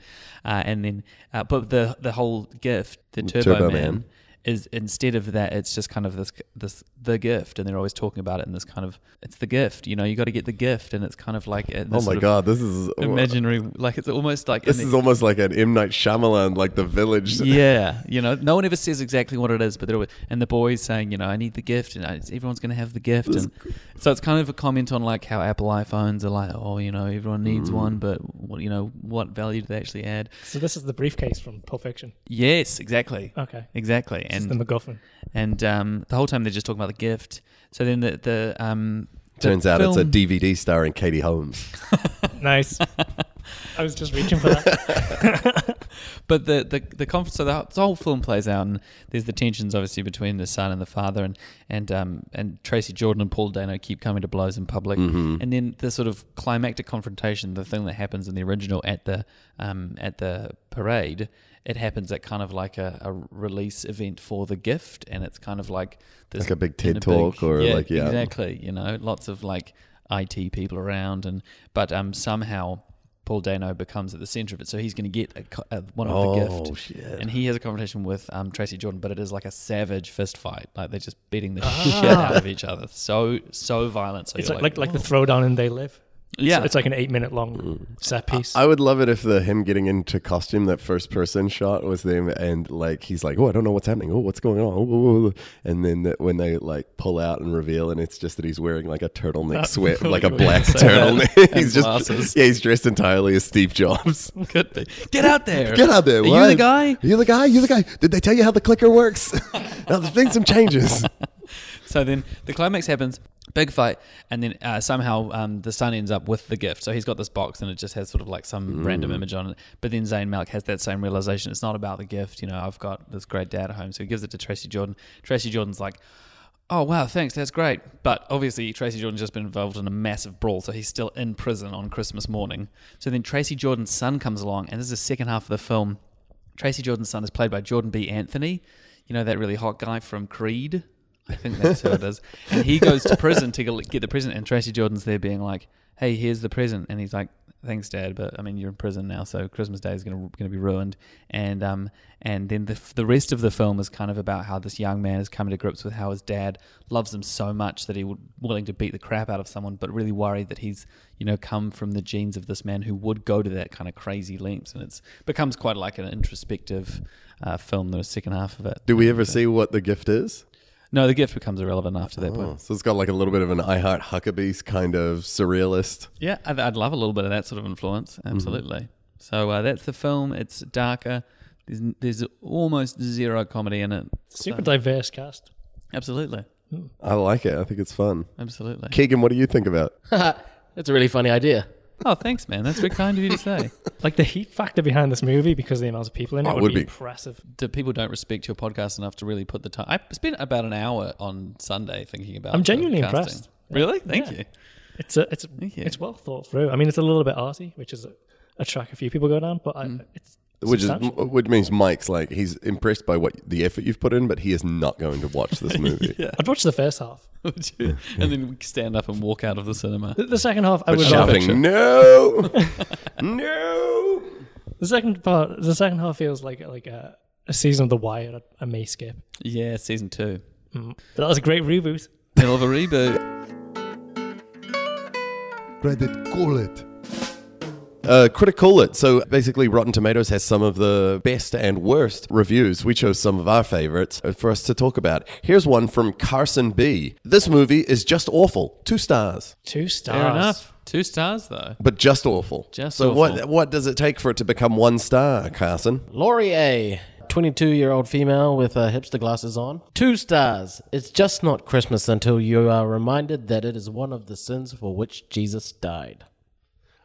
D: and then uh, but the the whole gift, the Turbo,
A: Turbo
D: Man.
A: Man.
D: Is instead of that, it's just kind of this, this, the gift, and they're always talking about it in this kind of, it's the gift, you know, you got to get the gift, and it's kind of like,
A: [LAUGHS]
D: uh,
A: Oh
D: this
A: my
D: sort of
A: god, this is
D: imaginary like it's almost like
A: This
D: an-
A: is almost like an M Night Shyamalan, like the village.
D: yeah you know no one ever says exactly what it is but they're always, and the boys saying you know i need the gift and I, everyone's going to have the gift and so it's kind of a comment on like how apple iphones are like oh you know everyone
A: Mm.
D: needs one but what you know what value do they actually add
B: So this is the briefcase from Pulp Fiction.
D: yes exactly
B: Okay.
D: exactly
B: This is
D: and
B: Uh, the MacGuffin.
D: and um, the whole time they're just talking about the gift so then the the um the
A: Turns out it's a
D: film-
A: DVD starring Katie Holmes.
B: [LAUGHS] Nice. I was just reaching for that.
D: But the the the conf- so the, the whole film plays out, and there's the tensions obviously between the son and the father, and and um and Tracy Jordan and Paul Dano keep coming to blows in public,
A: Mm-hmm.
D: and then the sort of climactic confrontation, the thing that happens in the original at the um at the parade, it happens at kind of like a, a release event for the gift, and it's kind of like this
A: Like a big
D: in
A: TED talk or like, yeah.
D: exactly, you know, lots of like IT people around, and but um somehow. Paul Dano becomes at the center of it, so he's going to get a, co- a, one of the
A: Oh,
D: gift.
A: shit.
D: And he has a confrontation with um, Tracy Jordan, but it is like a savage fist fight. Like they're just beating the shit out of each other. So so violent. So
B: Ah. It's
D: you're
B: like like, like the throwdown in They Live.
D: yeah,
B: So it's like an eight minute long set piece.
A: I would love it if the him getting into costume, that first person shot was them, and like he's like, oh, I don't know what's happening. Oh, what's going on? [LAUGHS] Oh, oh, oh." And then that when they like pull out and reveal, and it's just that he's wearing like a turtleneck
D: [LAUGHS]
A: sweat, like a black turtleneck. [LAUGHS] he's just
D: glasses.
A: yeah, he's dressed entirely as Steve
D: [LAUGHS]
A: Jobs.
D: could be. Get out there.
A: Get out there!
D: Are
A: what?
D: you the guy?
A: You the guy? You the guy? Did they tell you how the clicker works? [LAUGHS] now there's been some
D: [LAUGHS]
A: changes.
D: So then the climax happens, big fight, and then uh, somehow um, the son ends up with the gift. So he's got this box, and it just has sort of like some random image on it. But then Zayn Malik has that same realization: it's not about the gift. You know, I've got this great dad at home, so he gives it to Tracy Jordan. Tracy Jordan's like. Oh wow, thanks. That's great. But obviously, Tracy Jordan's just been involved in a massive brawl, so he's still in prison on Christmas morning. So then Tracy Jordan's son comes along, and this is the second half of the film. Tracy Jordan's son is played by Jordan B. Anthony. You know that really hot guy from Creed. I think that's who it is. And he goes to prison to go- get the present, and Tracy Jordan's there being like, "Hey, here's the present," and he's like, "Thanks, Dad, but I mean you're in prison now, so Christmas Day is gonna gonna be ruined." And um and then the f- the rest of the film is kind of about how this young man is coming to grips with how his dad loves him so much that he would willing to beat the crap out of someone, but really worried that he's you know come from the genes of this man who would go to that kind of crazy lengths, and it's becomes quite like an introspective uh, film. The second half of it.
A: Do we ever see what the gift is?
D: No, the gift becomes irrelevant after that point.
A: Oh, so it's got like a little bit of an I Heart Huckabees kind of surrealist.
D: Yeah, I'd, I'd love a little bit of that sort of influence.
A: Mm-hmm.
D: Absolutely. So uh, that's the film. It's darker. There's, there's almost zero comedy in it.
B: Super diverse cast.
D: Absolutely.
A: I like it. I think it's fun.
D: Absolutely.
A: Keegan, what do you think about?
C: That's a really funny idea.
D: Oh, thanks, man. That's very kind of you to say. [LAUGHS]
B: Like the heat factor behind this movie because of the amount of people in it
A: Oh, it
B: would,
A: would
B: be,
A: be.
B: impressive.
D: that people don't respect your podcast enough to really put the time. I spent about an hour on Sunday thinking about.
B: I'm
D: the
B: genuinely
D: casting.
B: impressed.
D: [LAUGHS] Really? Thank
B: Yeah.
D: you.
B: It's a, it's
D: you.
B: it's well thought through. I mean, it's a little bit arty, which is a, a track a few people go down, but I,
D: Mm.
B: it's
A: Which is
B: substantial.
A: which means Mike's like he's impressed by what the effort you've put in, but he is not going to watch
D: [LAUGHS]
A: this movie.
B: I'd watch the first half.
D: Would you? and then we stand up and walk out of the cinema. [LAUGHS]
B: The, the second half, I would rather.
A: Shouting no, no.
B: The second part, the second half feels like like a, a season of The Wire. I may skip,
D: Yeah, season two.
B: but that was a great reboot.
D: Hell of
B: [LAUGHS]
D: a reboot.
A: Credit call it. Uh, critic call it. So basically, Rotten Tomatoes has some of the best and worst reviews. We chose some of our favorites uh, for us to talk about. Here's one from Carson B. This movie is just awful. Two stars,
B: Two stars.
D: Fair enough. Two stars though.
A: but just awful.
D: Just
A: so what?
D: awful.
A: What does it take for it to become one star, Carson?
C: Laurie A, 22 year old female with uh, hipster glasses on. Two stars. It's just not Christmas until you are reminded that it is one of the sins for which Jesus died.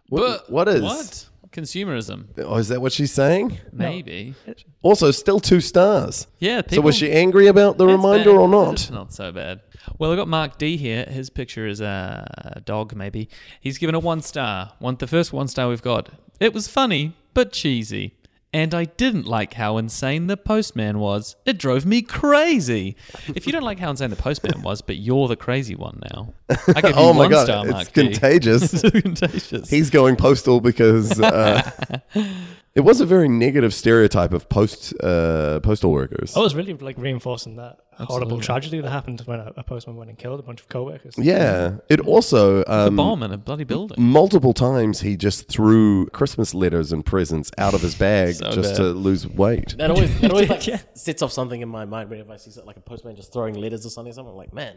D: But
A: what is-
D: what consumerism?
A: Oh, is that what she's saying?
D: Maybe.
A: Also, still two stars.
D: Yeah. People,
A: So was she angry about the
D: it's
A: reminder
D: bad.
A: or not?
D: It's not so bad. Well, I got Mark D here. His picture is a dog, maybe. He's given a one star. One, the first one star we've got. It was funny but cheesy. And I didn't like how insane the postman was. It drove me crazy. If you don't like how insane the postman was, but you're the crazy one now. I
A: [LAUGHS]
D: give you
A: Oh
D: one
A: my god,
D: star, Mark
A: it's
D: D.
A: contagious.
D: [LAUGHS] It's contagious.
A: He's going postal because
D: [LAUGHS]
A: uh, it was a very negative stereotype of post uh, postal workers.
D: Oh,
B: I was really like reinforcing that horrible tragedy that happened when a, a postman went and killed a bunch of co-workers.
A: Yeah, it also um,
D: bomb in a bloody building.
A: multiple times he just threw Christmas letters and presents out of his
D: [LAUGHS]
A: bag
D: So
A: just
D: bad.
A: to lose weight.
C: That always, that always
D: [LAUGHS]
C: like,
B: Yeah.
C: sets off something in my mind whenever I see something, like a postman just throwing letters or something. something I'm like, man,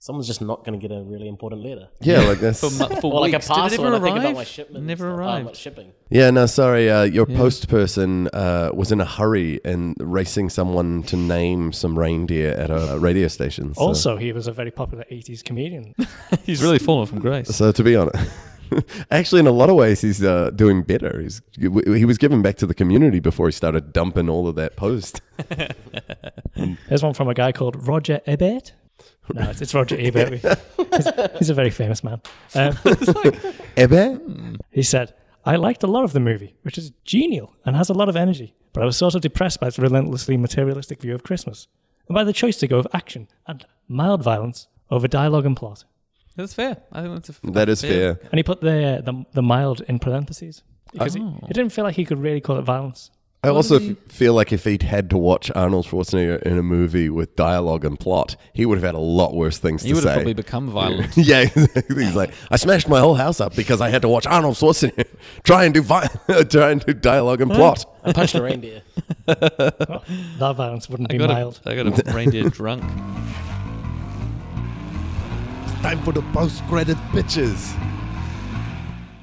C: someone's just not going to get a really important letter.
D: [LAUGHS]
A: Yeah, like this.
D: For, mu- for
C: Or like a
D: weeks. Did it
C: parcel.
D: ever
C: and I think about
D: arrive?
C: my shipment. and
D: Never
C: stuff. Oh,
D: arrived.
C: my shipping.
A: Yeah, no, sorry. Uh, your post person uh, was in a hurry and racing someone to name some reindeer at a radio station. So,
B: Also, he was a very popular '80s comedian.
D: He's really fallen from grace.
A: so to be honest. [LAUGHS] Actually, in a lot of ways, he's uh, doing better. He's, he was given back to the community before he started dumping all of that post.
B: There's one from a guy called Roger Ebert. No, it's, it's Roger Ebert.
D: [LAUGHS]
B: We- he's, he's a very famous man. Um,
A: Ebbe?
B: he said, "I liked a lot of the movie, which is genial and has a lot of energy, but I was sort of depressed by its relentlessly materialistic view of Christmas and by the choice to go with action and mild violence over dialogue and plot."
D: That's fair. I think that's a
A: [LAUGHS]
D: f-
A: That is fair.
B: And he put the the, the mild in parentheses because he,
D: Oh.
B: he didn't feel like he could really call it violence.
A: I also f- feel like if he'd had to watch Arnold Schwarzenegger in a movie with dialogue and plot, he would have had a lot worse things
D: He
A: to
D: would
A: say. [LAUGHS]
D: have probably become violent.
A: yeah, [LAUGHS] exactly. he's like, I smashed my whole house up because I had to watch Arnold Schwarzenegger [LAUGHS] try and do vi- [LAUGHS] try and do dialogue and plot.
C: I punched a reindeer.
B: That violence wouldn't
D: I
B: be
D: got,
B: mild.
D: a, I
A: [LAUGHS]
D: got a reindeer drunk.
A: Time for the post-credit pitches.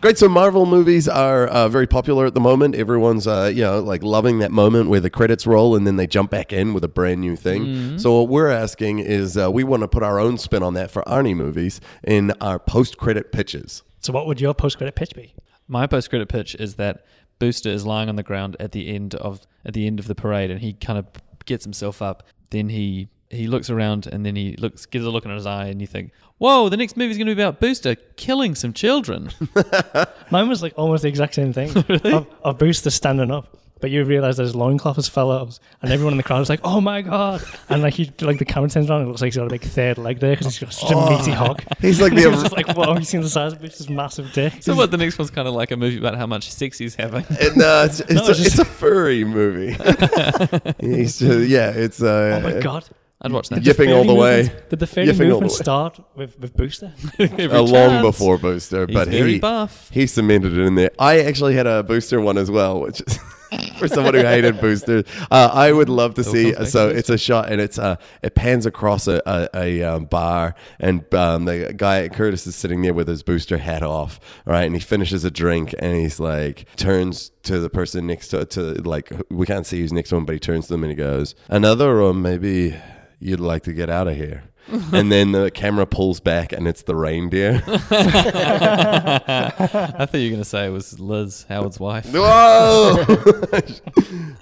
A: Great, so Marvel movies are uh, very popular at the moment. Everyone's, uh, you know, like loving that moment where the credits roll and then they jump back in with a brand new thing. So what we're asking is, uh, we want to put our own spin on that for Arnie movies in our post-credit pitches.
B: So, what would your post credit pitch be?
D: My post credit pitch is that Booster is lying on the ground at the end of at the end of the parade, and he kind of gets himself up. Then he he looks around, and then he looks gives a look in his eye, and you think, "Whoa, the next movie's going to be about Booster killing some
A: [LAUGHS]
D: children."
B: Mine was like almost the exact same thing of, of Brewster standing up. But you realise that his loincloth is fell out, and everyone in the crowd is like, "Oh my god!" And like he, like the camera turns around, and it looks like he's got a big third leg there because he's got such
A: Oh.
B: a meaty hog.
A: [LAUGHS]
B: [LAUGHS]
A: He's like
B: It's
A: the
B: just like, "Whoa, have you seen the size of this massive dick?"
D: so what? The next one's kind of like a movie about how much sex he's having.
A: and, uh, it's, it's,
B: No,
A: a,
B: it's just-
A: it's a furry [LAUGHS] movie. He's just- yeah, it's uh,
B: oh my god!
D: I'd watch that.
A: Yipping all the
B: Fairy
A: way.
B: movements- Did the fairy
A: Yipping all the
B: movement
A: way.
B: start with, with
A: [LAUGHS]
B: Booster?
D: [LAUGHS] Every
A: uh, long
D: chance.
A: before Booster, but
D: very
A: he
D: buff.
A: he cemented it in there. I actually had a Booster one as well, which is [LAUGHS] for someone who hated Booster, uh, I would love to see.
D: comes back
A: So
D: to
A: it's a shot, and it's uh, it pans across a a, a um, bar, and um, the guy Curtis is sitting there with his Booster hat off, all right, and he finishes a drink, and he's like turns to the person next to to like we can't see who's next to him, but he turns to them and he goes, "Another or maybe you'd like to get out of here." and then the camera pulls back and it's the reindeer. [LAUGHS]
D: I thought you were going to say it was Liz Howard's wife.
A: [LAUGHS] Whoa!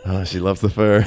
A: oh, she loves the fur.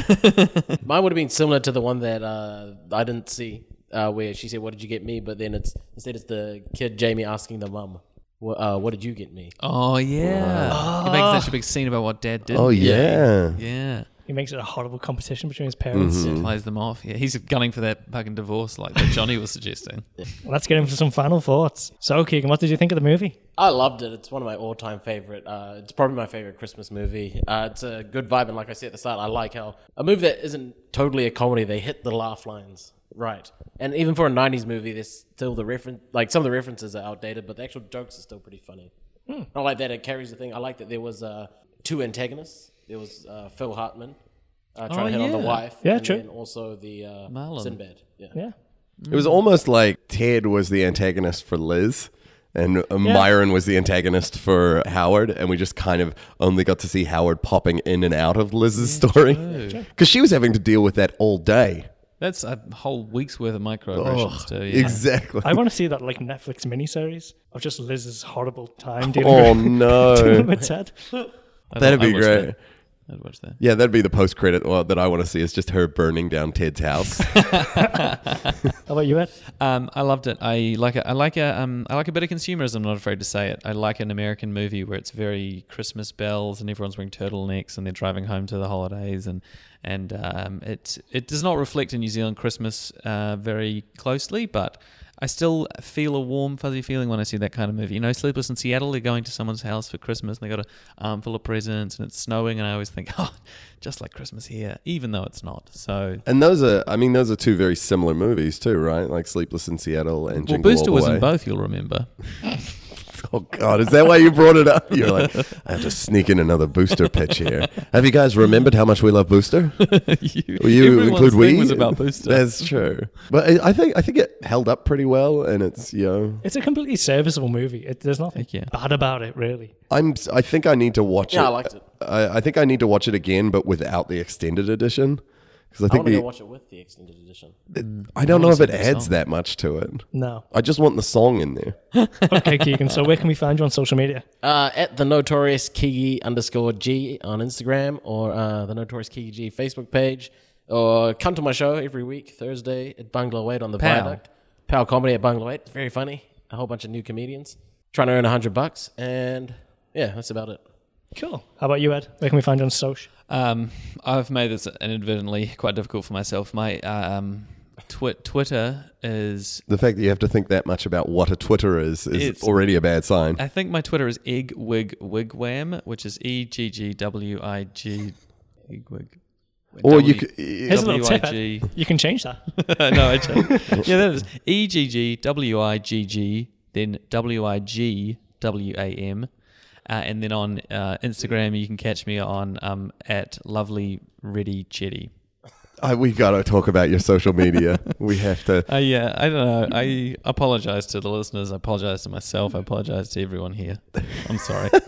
C: Mine would have been similar to the one that uh, I didn't see, uh, where she said, "What did you get me?" But then it's instead it's the kid Jamie asking the mum, "What, uh, what did you get me?"
D: Oh yeah, he makes such a big scene about what Dad did.
A: Oh [LAUGHS] yeah.
D: yeah.
B: He makes it a horrible competition between his parents.
A: Mm-hmm.
D: Plays them off. Yeah, he's gunning for that fucking divorce, like that Johnny
A: [LAUGHS]
D: was suggesting.
B: Let's get into some final thoughts. So, Keegan, what did you think of the movie?
C: I loved it. It's one of my all-time favorite. Uh, it's probably my favorite Christmas movie. Uh, it's a good vibe, and like I said at the start, I like how a movie that isn't totally a comedy they hit the laugh lines right. And even for a '90s movie, there's still the reference. Like some of the references are outdated, but the actual jokes are still pretty funny. I like that it carries the thing. I like that there was uh, two antagonists. There was uh, Phil Hartman uh, trying to
D: Oh,
C: hit on the
D: yeah.
C: wife,
B: Yeah,
C: and
B: true.
C: then also the uh,
D: Marlon.
C: Sinbad. Yeah.
B: Yeah.
A: It was almost like Ted was the antagonist for Liz. And uh, Myron was the antagonist for Howard, and we just kind of only got to see Howard popping in and out of Liz's story because she was having to deal with that all day.
D: That's a whole week's worth of microaggressions too. Oh, Yeah.
A: Exactly.
B: [LAUGHS] I want to see that like Netflix miniseries of just Liz's horrible time dealing
A: Oh
B: with,
D: [LAUGHS]
A: no,
B: [LAUGHS] with Ted.
D: I'd-
A: that'd
D: I'd
A: be
D: watch
A: great.
D: that. I'd watch that.
A: Yeah, that'd be the post credit well, that I want to see. Is just her burning down Ted's
D: [LAUGHS]
A: house.
B: How about you, Ed?
D: Um, I loved it. I like a, I like a um, I like a bit of consumerism. I'm not afraid to say it. I like an American movie where it's very Christmas bells and everyone's wearing turtlenecks and they're driving home to the holidays and and um, it it does not reflect a New Zealand Christmas uh, very closely, but I still feel a warm fuzzy feeling when I see that kind of movie. You know, Sleepless in Seattle. They're going to someone's house for Christmas and they got a armful of presents and it's snowing and I always think, [LAUGHS] oh, just like Christmas here, even though it's not. So
A: and those are, I mean, those are two very similar movies too, right? Like Sleepless in Seattle and
D: well,
A: Jingle
D: Booster
A: All the
D: was
A: Way.
D: in both. You'll remember.
A: Oh God, is that why you brought it up? [LAUGHS] You're like, I have to sneak in another Booster pitch here. Have you guys remembered how much we love Booster?
D: you,
A: Will you
D: everyone's
A: include
D: thing
A: we?
D: was about Booster.
A: That's true. But I I think I think it held up pretty well, and it's you know,
B: It's a completely serviceable movie. It, there's nothing
D: Heck yeah.
B: bad about it, really.
A: I'm I think I need to watch it.
C: Yeah, I liked it.
A: I, I think I need to watch it again, but without the extended edition. Because I
C: I
A: think
C: want to
A: the,
C: go watch it with the extended edition.
A: I don't know if it
D: the
A: adds
D: song.
A: that much to it.
B: No.
A: I just want the song in there.
B: Okay, Keegan. So, where can we find you on social media?
C: Uh, at the notorious Kiki underscore G on Instagram or uh, the notorious Kiki G Facebook page, or come to my show every week Thursday at Bungalow Eight on the
D: Pow.
C: Viaduct. Power comedy at Bungalow Eight. It's very funny. A whole bunch of new comedians trying to earn a hundred bucks, and yeah, that's about it.
B: Cool. How about you, Ed? Where can we find you on social?
D: Um, I've made this inadvertently quite difficult for myself. My um, twi- Twitter is.
A: The fact that you have to think that much about what a Twitter is is
D: It's-
A: already a bad sign.
D: I think my Twitter is Egg Wig Wigwam, which is E G G W I G. Egg Wig.
A: Or you
D: W-
A: could,
B: Here's a little tip.
D: WIG.
B: Ed. You can change that.
D: [LAUGHS] no, I changed. Yeah, that is E G G W I G G, then W I G W A M. Uh, and then on uh, Instagram, you can catch me on um, at lovely ready chetty.
A: I, we got to talk about your social
D: [LAUGHS]
A: media. we have to.
D: Uh, yeah, I don't know. I apologize to the listeners. I apologize to myself. I apologize to everyone here. I'm sorry. [LAUGHS]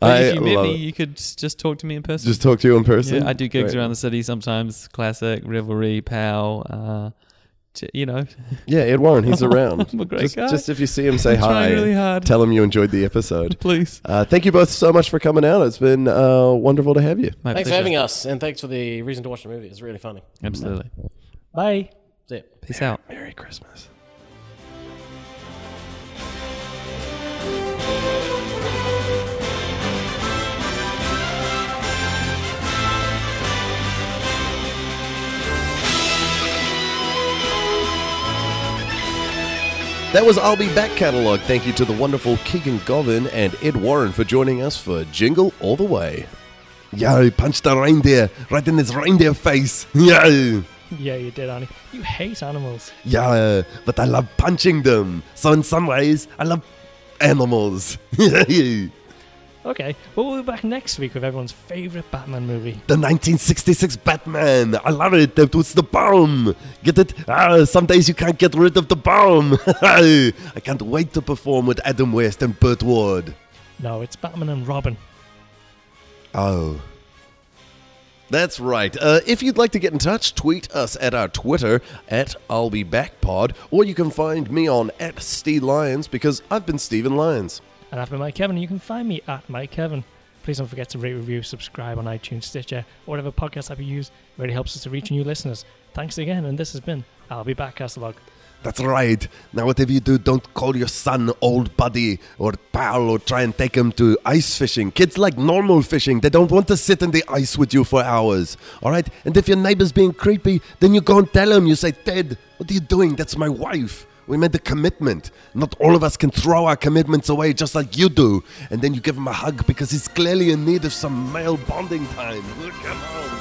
D: But
A: I
D: if you met
A: love
D: me,
A: it.
D: you could s- just talk to me in person.
A: Just talk to you in person.
D: yeah, I do gigs
A: Great.
D: around the city sometimes. Classic, Revelry, Pal. Uh, j- you know, [LAUGHS]
A: Yeah, Ed Warren, he's around.
D: I'm a great
A: just,
D: guy.
A: just if you see him, say
D: I'm
A: hi.
D: trying really
A: and
D: hard.
A: Tell him you enjoyed the episode.
D: please.
A: Uh, thank you both so much for coming out. It's been uh, wonderful to have you.
D: My
C: Thanks for
D: pleasure.
C: having us, and thanks for the reason to watch the movie. It's really funny.
D: Absolutely.
B: Bye.
C: See ya.
D: Peace out.
A: Merry Christmas. That was I'll Be Back catalog. Thank you to the wonderful Keegan Govin and Ed Warren for joining us for Jingle All the Way. Yo, punched a reindeer right in his reindeer face. Yo.
B: Yeah, you did, Annie. You hate animals.
A: Yeah, but I love punching them. So in some ways, I love animals. [LAUGHS] the
B: Okay. Well, we'll be back next week with everyone's favorite Batman movie.
A: 1966 Batman. I love it. That was the bomb. Get it? Ah, some days you can't get rid of the bomb. [LAUGHS] I can't wait to perform with Adam West and Burt Ward.
B: No, it's Batman and Robin.
A: Oh. That's right. Uh, if you'd like to get in touch, tweet us at our Twitter at I'll Be Back Pod, or you can find me on at Steve Lyons because I've been Stephen Lyons.
B: And I've been Mike Kevin. You can find me at Mike Kevin. Please don't forget to rate, review, subscribe on iTunes, Stitcher, or whatever podcast app you use. It really helps us to reach new listeners. Thanks again, and this has been I'll Be Back Castalog.
A: That's right. Now, whatever you do, don't call your son old buddy or pal or try and take him to ice fishing. Kids like normal fishing. They don't want to sit in the ice with you for hours. All right? And if your neighbor's being creepy, then you go and tell him. You say, Ted, what are you doing? That's my wife. We made a commitment. Not all of us can throw our commitments away just like you do. And then you give him a hug because he's clearly in need of some male bonding time. Come on.